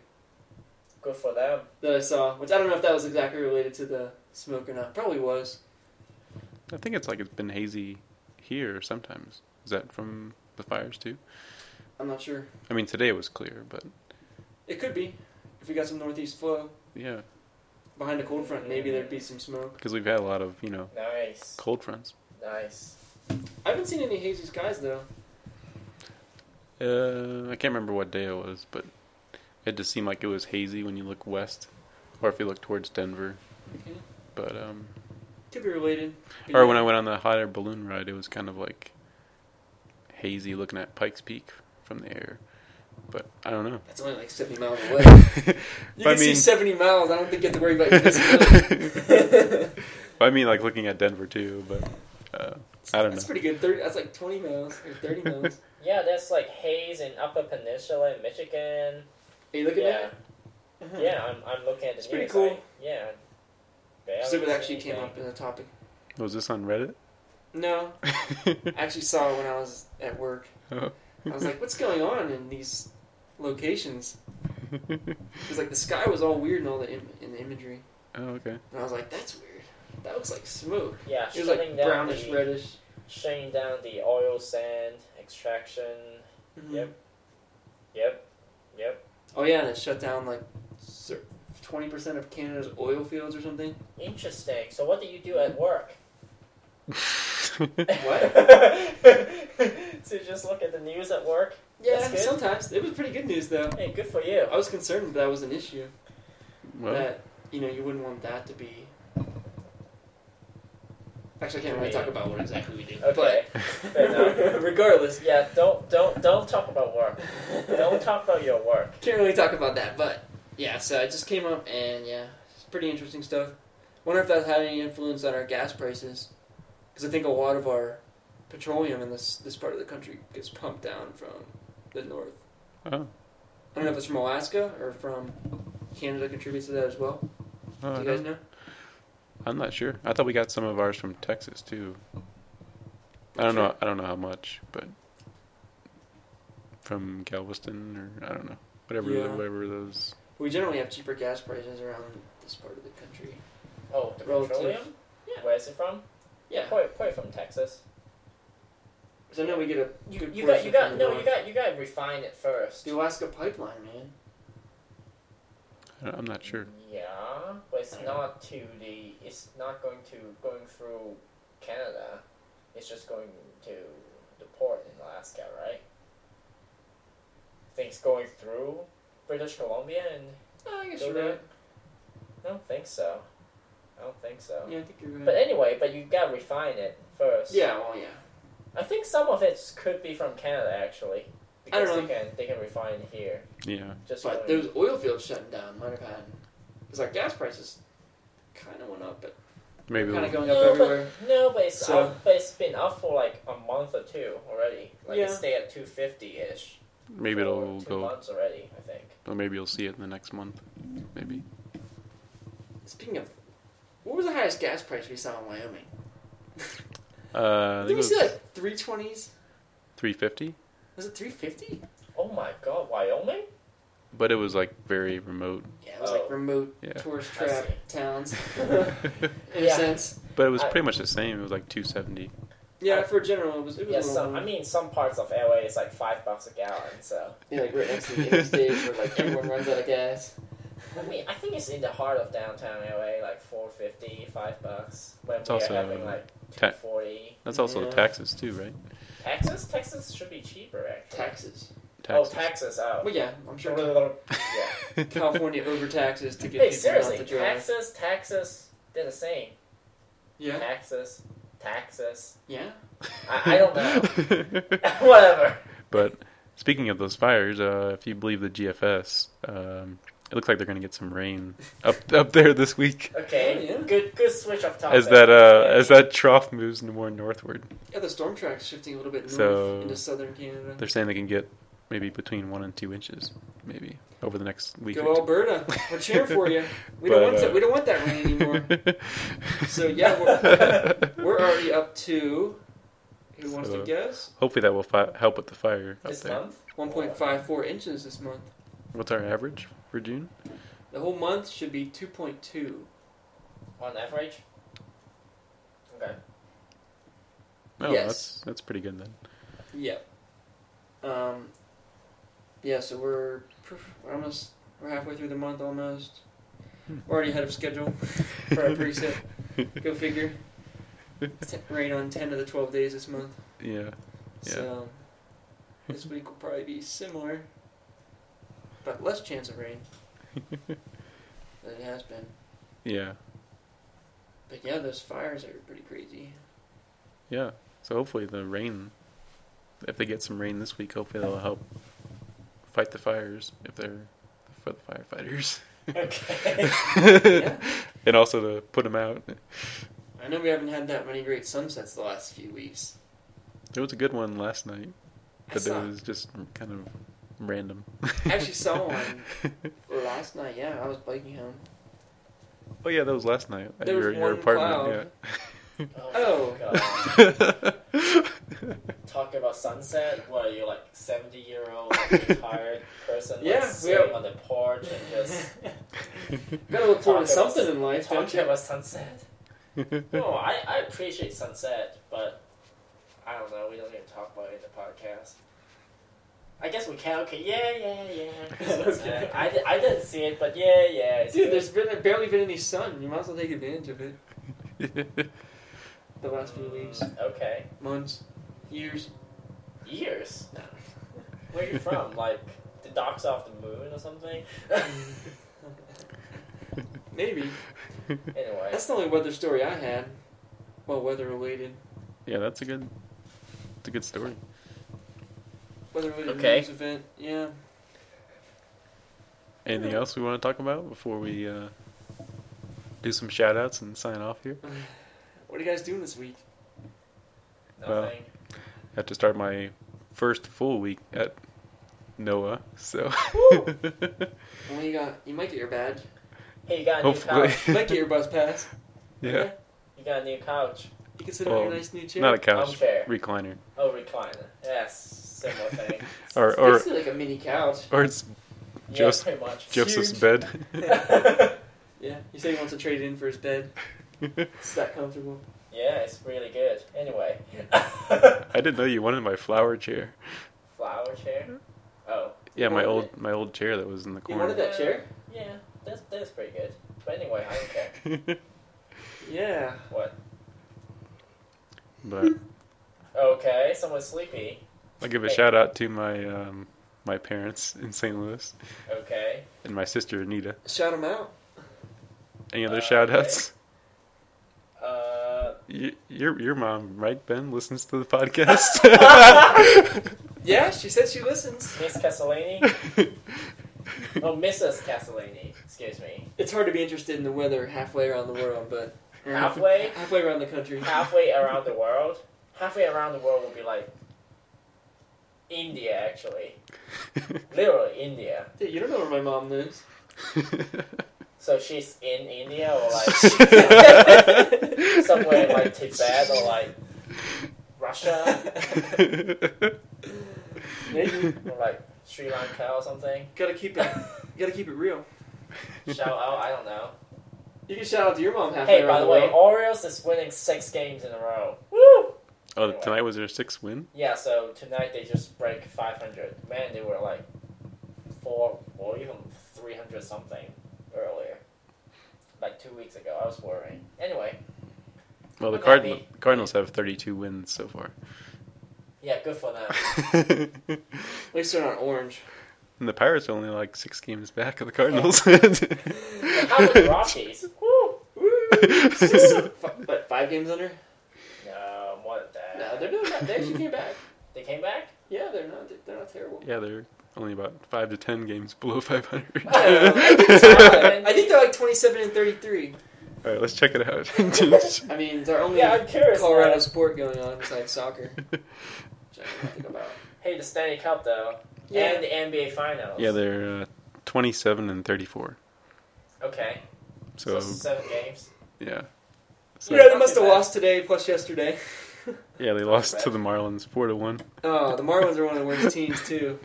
[SPEAKER 3] Good for them.
[SPEAKER 2] that I saw, which I don't know if that was exactly related to the smoke or not. Probably was.
[SPEAKER 1] I think it's like it's been hazy here sometimes. Is that from the fires too?
[SPEAKER 2] I'm not sure.
[SPEAKER 1] I mean, today it was clear, but
[SPEAKER 2] It could be if we got some northeast flow
[SPEAKER 1] yeah,
[SPEAKER 2] behind a cold front, maybe there'd be some smoke.
[SPEAKER 1] because we've had a lot of you know
[SPEAKER 3] Nice.
[SPEAKER 1] cold fronts.
[SPEAKER 3] Nice.
[SPEAKER 2] I haven't seen any hazy skies though.
[SPEAKER 1] Uh, I can't remember what day it was, but it just seemed like it was hazy when you look west, or if you look towards Denver.
[SPEAKER 2] Okay.
[SPEAKER 1] But um,
[SPEAKER 2] Could be related. But
[SPEAKER 1] or
[SPEAKER 2] yeah.
[SPEAKER 1] when I went on the hot air balloon ride, it was kind of like hazy, looking at Pikes Peak from the air. But I don't know.
[SPEAKER 2] That's only like 70 miles away. You
[SPEAKER 1] But I
[SPEAKER 2] can see
[SPEAKER 1] mean-
[SPEAKER 2] 70 miles. I don't think you have to worry about your visibility.
[SPEAKER 1] I mean, like looking at Denver too, but uh, I don't know.
[SPEAKER 2] That's pretty good. 30, that's like 20 miles or 30 miles.
[SPEAKER 3] Yeah, there's like haze in Upper Peninsula in Michigan.
[SPEAKER 2] Are you looking
[SPEAKER 3] yeah.
[SPEAKER 2] at it? Uh-huh.
[SPEAKER 3] Yeah, I'm, I'm looking at the
[SPEAKER 2] It's pretty
[SPEAKER 3] news.
[SPEAKER 2] cool.
[SPEAKER 3] I, yeah.
[SPEAKER 2] So it
[SPEAKER 3] barely
[SPEAKER 2] actually
[SPEAKER 3] see
[SPEAKER 2] came up
[SPEAKER 3] anything.
[SPEAKER 2] in a topic.
[SPEAKER 1] Was this on Reddit?
[SPEAKER 2] No, I actually saw it when I was at work.
[SPEAKER 1] Oh.
[SPEAKER 2] I was like, what's going on in these locations? Because like the sky was all weird and all the Im- in the imagery.
[SPEAKER 1] oh, okay.
[SPEAKER 2] And I was like, that's weird. That looks like smoke.
[SPEAKER 3] Yeah,
[SPEAKER 2] It was
[SPEAKER 3] shutting
[SPEAKER 2] like
[SPEAKER 3] down
[SPEAKER 2] brownish,
[SPEAKER 3] the,
[SPEAKER 2] reddish.
[SPEAKER 3] shutting down the oil sand extraction.
[SPEAKER 2] Mhm.
[SPEAKER 3] Yep. Yep. Yep.
[SPEAKER 2] Oh yeah, and it shut down like cer- 20% of Canada's oil fields or something.
[SPEAKER 3] Interesting. So what do you do at work?
[SPEAKER 2] What?
[SPEAKER 3] so you just look at the news at work? That's
[SPEAKER 2] Yeah,
[SPEAKER 3] good.
[SPEAKER 2] sometimes. It was pretty good news though.
[SPEAKER 3] Hey, good for you.
[SPEAKER 2] I was concerned that that was an issue.
[SPEAKER 1] well,
[SPEAKER 2] that you know you wouldn't want that to be. Actually, I can't really
[SPEAKER 3] Yeah.
[SPEAKER 2] talk about what exactly we do.
[SPEAKER 3] Okay. fair
[SPEAKER 2] But regardless,
[SPEAKER 3] Yeah, don't don't don't talk about work. Don't talk about your work.
[SPEAKER 2] can't really talk about that. But yeah, so it just came up, and yeah, it's pretty interesting stuff. Wonder if that had any influence on our gas prices, because I think a lot of our petroleum in this this part of the country gets pumped down from the north.
[SPEAKER 1] oh,
[SPEAKER 2] I don't know if it's from Alaska or from Canada contributes to that as well.
[SPEAKER 1] oh,
[SPEAKER 2] Do
[SPEAKER 1] I
[SPEAKER 2] you guys
[SPEAKER 1] don't-
[SPEAKER 2] know?
[SPEAKER 1] I'm not sure. I thought we got some of ours from Texas too. I don't know. I don't know how much, but from Galveston or I don't know whatever
[SPEAKER 2] Yeah.
[SPEAKER 1] whatever those.
[SPEAKER 2] We generally have cheaper gas prices around this part of the country.
[SPEAKER 3] Oh, the
[SPEAKER 2] Relative.
[SPEAKER 3] petroleum?
[SPEAKER 2] Yeah.
[SPEAKER 3] Where is it from?
[SPEAKER 2] Yeah.
[SPEAKER 3] Probably, probably from Texas.
[SPEAKER 2] So now we get a
[SPEAKER 3] You,
[SPEAKER 2] good
[SPEAKER 3] you got
[SPEAKER 2] portion
[SPEAKER 3] you got
[SPEAKER 2] from
[SPEAKER 3] no
[SPEAKER 2] Iran.
[SPEAKER 3] you got you got to refine it first.
[SPEAKER 2] the Alaska pipeline, man.
[SPEAKER 1] I don't- I'm not sure.
[SPEAKER 3] Yeah, but it's not to the. It's not going to going through Canada. It's just going to the port in Alaska, right? Things going through British Columbia and
[SPEAKER 2] Oh, I guess
[SPEAKER 3] go
[SPEAKER 2] you're
[SPEAKER 3] there.
[SPEAKER 2] right.
[SPEAKER 3] I don't think so. I don't think so.
[SPEAKER 2] Yeah, I think you're right.
[SPEAKER 3] But anyway, but you gotta refine it first.
[SPEAKER 2] yeah, well, yeah.
[SPEAKER 3] I think some of it could be from Canada actually,
[SPEAKER 2] I
[SPEAKER 3] because
[SPEAKER 2] don't
[SPEAKER 3] they can they can refine it here.
[SPEAKER 1] Yeah.
[SPEAKER 3] Just
[SPEAKER 2] But
[SPEAKER 3] going-
[SPEAKER 2] those oil fields shutting down might have had because our gas prices kind of went up, but
[SPEAKER 1] Maybe
[SPEAKER 2] kind
[SPEAKER 1] we'll-
[SPEAKER 2] of going up
[SPEAKER 3] No, but-
[SPEAKER 2] everywhere.
[SPEAKER 3] No, but it's
[SPEAKER 2] So-
[SPEAKER 3] up, but it's been up for like a month or two already. Like
[SPEAKER 2] Yeah.
[SPEAKER 3] it's stay at two fifty ish.
[SPEAKER 1] maybe it'll
[SPEAKER 3] two
[SPEAKER 1] go,
[SPEAKER 3] months already. I think.
[SPEAKER 1] or maybe you'll see it in the next month. Maybe.
[SPEAKER 2] Speaking of, what was the highest gas price we saw in Wyoming?
[SPEAKER 1] Uh, I
[SPEAKER 2] Did
[SPEAKER 1] think
[SPEAKER 2] we see
[SPEAKER 1] it was
[SPEAKER 2] like three twenties?
[SPEAKER 1] three fifty,
[SPEAKER 2] Was it three fifty?
[SPEAKER 3] Oh my god, Wyoming!
[SPEAKER 1] but it was like very remote.
[SPEAKER 2] Yeah, it was
[SPEAKER 3] Oh.
[SPEAKER 2] like remote
[SPEAKER 1] Yeah.
[SPEAKER 2] tourist
[SPEAKER 3] I
[SPEAKER 2] trap
[SPEAKER 3] see.
[SPEAKER 2] towns
[SPEAKER 1] but
[SPEAKER 2] in
[SPEAKER 3] Yeah.
[SPEAKER 2] a sense.
[SPEAKER 1] it was
[SPEAKER 3] I-
[SPEAKER 1] pretty much the same. It was like two seventy.
[SPEAKER 2] Yeah, for general, it was. It was a
[SPEAKER 3] Yeah,
[SPEAKER 2] little
[SPEAKER 3] some, I
[SPEAKER 2] warm.
[SPEAKER 3] mean, some parts of LA is like five bucks a gallon. So
[SPEAKER 2] yeah, like right next to the interstate where like everyone runs out of gas.
[SPEAKER 3] I mean, I think it's in the heart of downtown LA, like 450, 5 bucks. When
[SPEAKER 1] It's
[SPEAKER 3] we're
[SPEAKER 1] also um,
[SPEAKER 3] having like
[SPEAKER 1] ta-
[SPEAKER 3] two forty.
[SPEAKER 1] That's also
[SPEAKER 2] Yeah.
[SPEAKER 1] taxes too, right?
[SPEAKER 3] Texas, Texas should be cheaper actually.
[SPEAKER 2] Taxes.
[SPEAKER 1] Taxes.
[SPEAKER 3] Oh, Texas! Oh,
[SPEAKER 2] Well, yeah, I'm sure
[SPEAKER 3] yeah.
[SPEAKER 2] California overtaxes to get
[SPEAKER 3] Hey,
[SPEAKER 2] people
[SPEAKER 3] seriously,
[SPEAKER 2] not to drive.
[SPEAKER 3] Texas, Texas, they're the same.
[SPEAKER 2] Yeah,
[SPEAKER 3] Texas, Texas.
[SPEAKER 2] yeah.
[SPEAKER 3] I- I don't
[SPEAKER 1] know.
[SPEAKER 3] Whatever.
[SPEAKER 1] But speaking of those fires, uh, if you believe the GFS, um, it looks like they're going to get some rain up up there this week
[SPEAKER 3] Okay.
[SPEAKER 2] Yeah.
[SPEAKER 3] Good. Good switch of topic.
[SPEAKER 1] as that uh, as that trough moves more northward.
[SPEAKER 2] Yeah, the storm track's shifting a little bit north
[SPEAKER 1] So-
[SPEAKER 2] into southern Canada.
[SPEAKER 1] They're saying they can get maybe between one and two inches, maybe over the next week.
[SPEAKER 2] Go
[SPEAKER 1] or
[SPEAKER 2] Alberta. We're cheering for you. We don't
[SPEAKER 1] But,
[SPEAKER 2] want
[SPEAKER 1] uh,
[SPEAKER 2] that. We don't want that rain anymore.
[SPEAKER 1] two.
[SPEAKER 2] So yeah, we're, we're already up to. Who wants
[SPEAKER 1] So-
[SPEAKER 2] to guess?
[SPEAKER 1] Hopefully that will fi- help with the fire up
[SPEAKER 3] This
[SPEAKER 1] there.
[SPEAKER 3] month.
[SPEAKER 2] 1.54 inches this month.
[SPEAKER 1] What's our average for June?
[SPEAKER 2] The whole month should be 2.2.
[SPEAKER 3] On average. Okay.
[SPEAKER 1] Oh,
[SPEAKER 2] Yes.
[SPEAKER 1] that's that's pretty good then.
[SPEAKER 2] Yep. Um. Yeah, so we're pr- we're almost we're halfway through the month almost.
[SPEAKER 1] Hmm.
[SPEAKER 2] We're already ahead of schedule for our preset. Go figure. T- rain on 10 of the 12 days this month.
[SPEAKER 1] Yeah. Yeah.
[SPEAKER 2] So this week will probably be similar, but less chance of rain than it has been.
[SPEAKER 1] Yeah.
[SPEAKER 2] But yeah, those fires are pretty crazy.
[SPEAKER 1] Yeah. So hopefully the rain, if they get some rain this week, hopefully that'll help fight the fires if they're for the firefighters.
[SPEAKER 3] Okay.
[SPEAKER 2] yeah,
[SPEAKER 1] and also to put them out.
[SPEAKER 2] I know we haven't had that many great sunsets the last few weeks.
[SPEAKER 1] There was a good one last night,
[SPEAKER 2] I
[SPEAKER 1] but it
[SPEAKER 2] saw,
[SPEAKER 1] was just kind of random.
[SPEAKER 2] actually saw one last night. Yeah, I was biking home.
[SPEAKER 1] Oh yeah, that was last night at
[SPEAKER 2] There was
[SPEAKER 1] your, your
[SPEAKER 2] one
[SPEAKER 1] apartment.
[SPEAKER 3] Oh. my God.
[SPEAKER 1] Yeah.
[SPEAKER 3] Talk about sunset. What are you like, seventy year old retired person? like,
[SPEAKER 2] Yeah, we
[SPEAKER 3] sitting
[SPEAKER 2] are-
[SPEAKER 3] on the porch and just
[SPEAKER 2] Gotta look forward
[SPEAKER 3] Talk about
[SPEAKER 2] to something
[SPEAKER 3] s-
[SPEAKER 2] in life, don't
[SPEAKER 3] talking
[SPEAKER 2] you?
[SPEAKER 3] about sunset. No, I, I appreciate sunset, but I don't know. We don't even talk about it in the podcast. I guess we can. Okay, yeah, yeah, yeah. Sunset. I, di- I didn't see it, but yeah, yeah. It's
[SPEAKER 2] Dude,
[SPEAKER 3] good.
[SPEAKER 2] there's been barely been any sun. You might as well take advantage of it. The last few weeks,
[SPEAKER 3] Mm, Okay,
[SPEAKER 2] months, years.
[SPEAKER 3] years. Where are you from? like the docks off the moon or something?
[SPEAKER 2] Mm. Maybe.
[SPEAKER 3] anyway,
[SPEAKER 2] That's the only weather story I had. Well, weather related.
[SPEAKER 1] yeah, that's a good, it's a good story.
[SPEAKER 2] Weather related
[SPEAKER 3] Okay.
[SPEAKER 2] news event. Yeah.
[SPEAKER 1] Anything else we want to talk about before we uh, do some shout outs and sign off here?
[SPEAKER 2] What are you guys doing this week?
[SPEAKER 1] Well.
[SPEAKER 3] nothing.
[SPEAKER 1] I have to start my first full week at Noah, so
[SPEAKER 2] Well, you got. You might get your badge.
[SPEAKER 3] Hey, you got a new
[SPEAKER 1] hopefully,
[SPEAKER 3] couch.
[SPEAKER 2] You might get your bus pass.
[SPEAKER 1] yeah,
[SPEAKER 3] You got a new couch.
[SPEAKER 2] You can sit on
[SPEAKER 1] Well,
[SPEAKER 2] your nice new chair.
[SPEAKER 1] not a
[SPEAKER 3] Armchair.
[SPEAKER 1] couch, recliner,
[SPEAKER 3] Oh, recliner. Yes, similar thing.
[SPEAKER 1] or
[SPEAKER 2] It's
[SPEAKER 1] or
[SPEAKER 2] basically like a mini couch.
[SPEAKER 1] or it's
[SPEAKER 3] yeah,
[SPEAKER 1] Just-
[SPEAKER 3] pretty much.
[SPEAKER 1] Joseph's
[SPEAKER 2] Huge.
[SPEAKER 1] bed.
[SPEAKER 2] Yeah. You say he wants to trade it in for his bed. It's that comfortable.
[SPEAKER 3] Yeah, it's really good. Anyway.
[SPEAKER 1] I didn't know you wanted my flower chair.
[SPEAKER 3] Flower chair. Oh,
[SPEAKER 1] Yeah,
[SPEAKER 2] You
[SPEAKER 1] my
[SPEAKER 2] wanted
[SPEAKER 1] old
[SPEAKER 2] it.
[SPEAKER 1] my old chair that was in the
[SPEAKER 2] You
[SPEAKER 1] corner.
[SPEAKER 2] wanted that chair?
[SPEAKER 3] yeah, that's that's pretty good. But anyway, I don't care.
[SPEAKER 2] Yeah.
[SPEAKER 3] What?
[SPEAKER 1] but
[SPEAKER 3] Okay, someone's sleepy.
[SPEAKER 1] I'll give a
[SPEAKER 3] Hey.
[SPEAKER 1] shout out to my um, my parents in St. Louis
[SPEAKER 3] Okay.
[SPEAKER 1] and my sister Anita.
[SPEAKER 2] Shout them out.
[SPEAKER 1] Any other
[SPEAKER 3] Uh,
[SPEAKER 1] shout outs?
[SPEAKER 3] Uh,
[SPEAKER 1] Y- your your mom, right, Ben, listens to the podcast.
[SPEAKER 2] Yeah, she said she listens.
[SPEAKER 3] Miss Castellini. Oh, Mrs. Castellini. Excuse me.
[SPEAKER 2] It's hard to be interested in the weather halfway around the world, but or half-
[SPEAKER 3] Halfway,
[SPEAKER 2] halfway around the country.
[SPEAKER 3] halfway around the world. Halfway around the world would be like India, actually. Literally India.
[SPEAKER 2] Dude, you don't know where my mom lives.
[SPEAKER 3] So she's in India or like
[SPEAKER 2] Like-
[SPEAKER 3] somewhere in, like Tibet or like Russia
[SPEAKER 2] Maybe.
[SPEAKER 3] or like Sri Lanka or something.
[SPEAKER 2] Gotta keep it. Gotta keep it real.
[SPEAKER 3] Shout out, I don't know.
[SPEAKER 2] You can shout out to your mom halfway
[SPEAKER 3] Hey,
[SPEAKER 2] around
[SPEAKER 3] by the
[SPEAKER 2] the
[SPEAKER 3] way,
[SPEAKER 2] world.
[SPEAKER 3] Orioles is winning six games in a row. Woo!
[SPEAKER 1] oh, tonight was their sixth win.
[SPEAKER 3] Yeah, so tonight they just break 500. Man, they were like four or even 300 something earlier. Like two weeks ago, I was worrying. Anyway,
[SPEAKER 1] Well, the
[SPEAKER 3] Would that
[SPEAKER 1] Cardinal, Cardinals have 32 wins so far.
[SPEAKER 3] yeah, good for them.
[SPEAKER 1] and
[SPEAKER 2] At least they're not orange.
[SPEAKER 1] the Pirates are only like six games back of the Cardinals.
[SPEAKER 3] How about the Rockies? Woo!
[SPEAKER 2] Woo! F- What, five games under?
[SPEAKER 3] No, more than that.
[SPEAKER 2] No, they're doing that. They actually came back.
[SPEAKER 3] They came back?
[SPEAKER 2] Yeah, they're not. They're not terrible.
[SPEAKER 1] yeah, they're only about five to ten games below 500.
[SPEAKER 2] I think
[SPEAKER 1] All
[SPEAKER 2] I think they're like 27 and 33.
[SPEAKER 1] right, let's check it out.
[SPEAKER 2] I mean, it's our only
[SPEAKER 3] Yeah, I'm curious.
[SPEAKER 2] Colorado
[SPEAKER 3] man.
[SPEAKER 2] sport going on besides soccer, which I don't think about.
[SPEAKER 3] Hey, the Stanley Cup, though.
[SPEAKER 2] Yeah,
[SPEAKER 3] And the NBA Finals.
[SPEAKER 1] yeah, they're uh, 27 and 34.
[SPEAKER 3] Okay.
[SPEAKER 1] So,
[SPEAKER 3] So, seven games.
[SPEAKER 1] yeah. So,
[SPEAKER 2] yeah, they must have lost today plus yesterday.
[SPEAKER 1] yeah, they lost to the Marlins 4 to 1.
[SPEAKER 2] Oh, the Marlins are one of the worst teams too.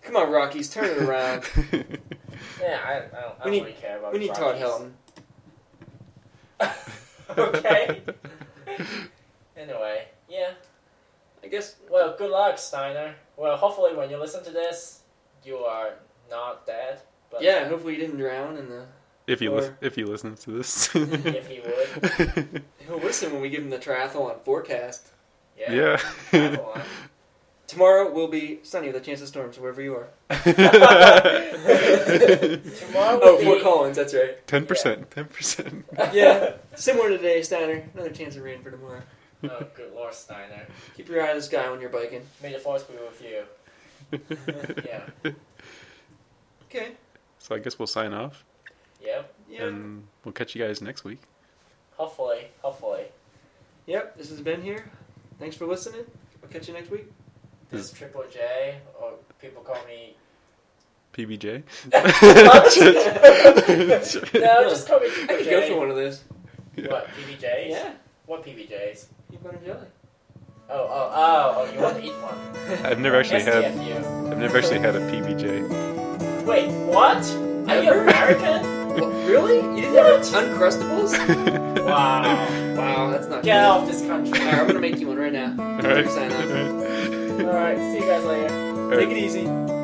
[SPEAKER 2] Come on, Rockies, turn it around.
[SPEAKER 3] Yeah, I, I don't, I don't
[SPEAKER 2] We need-
[SPEAKER 3] really care about
[SPEAKER 2] We need
[SPEAKER 3] the
[SPEAKER 2] Todd
[SPEAKER 3] Rockies.
[SPEAKER 2] Helton.
[SPEAKER 3] okay. Anyway, yeah.
[SPEAKER 2] I guess.
[SPEAKER 3] Well, good luck, Steiner. Well, hopefully when you listen to this, you are not dead. But
[SPEAKER 2] Yeah, hopefully he didn't drown in the.
[SPEAKER 1] If you
[SPEAKER 2] Or-
[SPEAKER 1] lis- if you listen to this,
[SPEAKER 3] If he would.
[SPEAKER 2] He'll listen when we give him the triathlon forecast.
[SPEAKER 3] Yeah.
[SPEAKER 1] yeah.
[SPEAKER 3] Go on.
[SPEAKER 2] Tomorrow will be sunny with a chance of storms wherever you are.
[SPEAKER 3] Tomorrow will
[SPEAKER 2] Oh,
[SPEAKER 3] be...
[SPEAKER 2] Fort Collins, that's right.
[SPEAKER 1] Ten percent, ten percent.
[SPEAKER 2] Yeah, similar to today, Steiner. Another chance of rain for tomorrow.
[SPEAKER 3] Oh, good lord, Steiner.
[SPEAKER 2] Keep your eye on the sky when you're biking.
[SPEAKER 3] May the force be with you. Yeah.
[SPEAKER 2] Okay.
[SPEAKER 1] So I guess we'll sign off,
[SPEAKER 3] Yep.
[SPEAKER 2] Yeah.
[SPEAKER 1] and we'll catch you guys next week.
[SPEAKER 3] Hopefully. Hopefully.
[SPEAKER 2] Yep, this has been here. Thanks for listening. We'll catch you next week.
[SPEAKER 3] This is Triple J, or people call me...
[SPEAKER 1] PBJ.
[SPEAKER 3] No, just call me
[SPEAKER 2] I
[SPEAKER 3] Triple
[SPEAKER 2] could
[SPEAKER 3] J.
[SPEAKER 2] go for one of those.
[SPEAKER 3] What, PBJs?
[SPEAKER 2] Yeah,
[SPEAKER 3] What PBJs?
[SPEAKER 2] you better jelly.
[SPEAKER 3] Oh, oh, oh, oh, you want to eat one.
[SPEAKER 1] I've never actually had.
[SPEAKER 3] STFU.
[SPEAKER 1] I've never actually had a PBJ.
[SPEAKER 3] Wait, what? Are you
[SPEAKER 2] Ever?
[SPEAKER 3] American?
[SPEAKER 2] really? You didn't have Uncrustables?
[SPEAKER 3] Wow.
[SPEAKER 2] wow, that's not
[SPEAKER 3] Get
[SPEAKER 2] good.
[SPEAKER 3] out of this country.
[SPEAKER 2] Alright, I'm gonna make you one right now.
[SPEAKER 1] All right.
[SPEAKER 2] Sign off.
[SPEAKER 1] All right.
[SPEAKER 3] Alright, see you guys later.
[SPEAKER 1] All
[SPEAKER 2] Take
[SPEAKER 1] right.
[SPEAKER 2] it easy.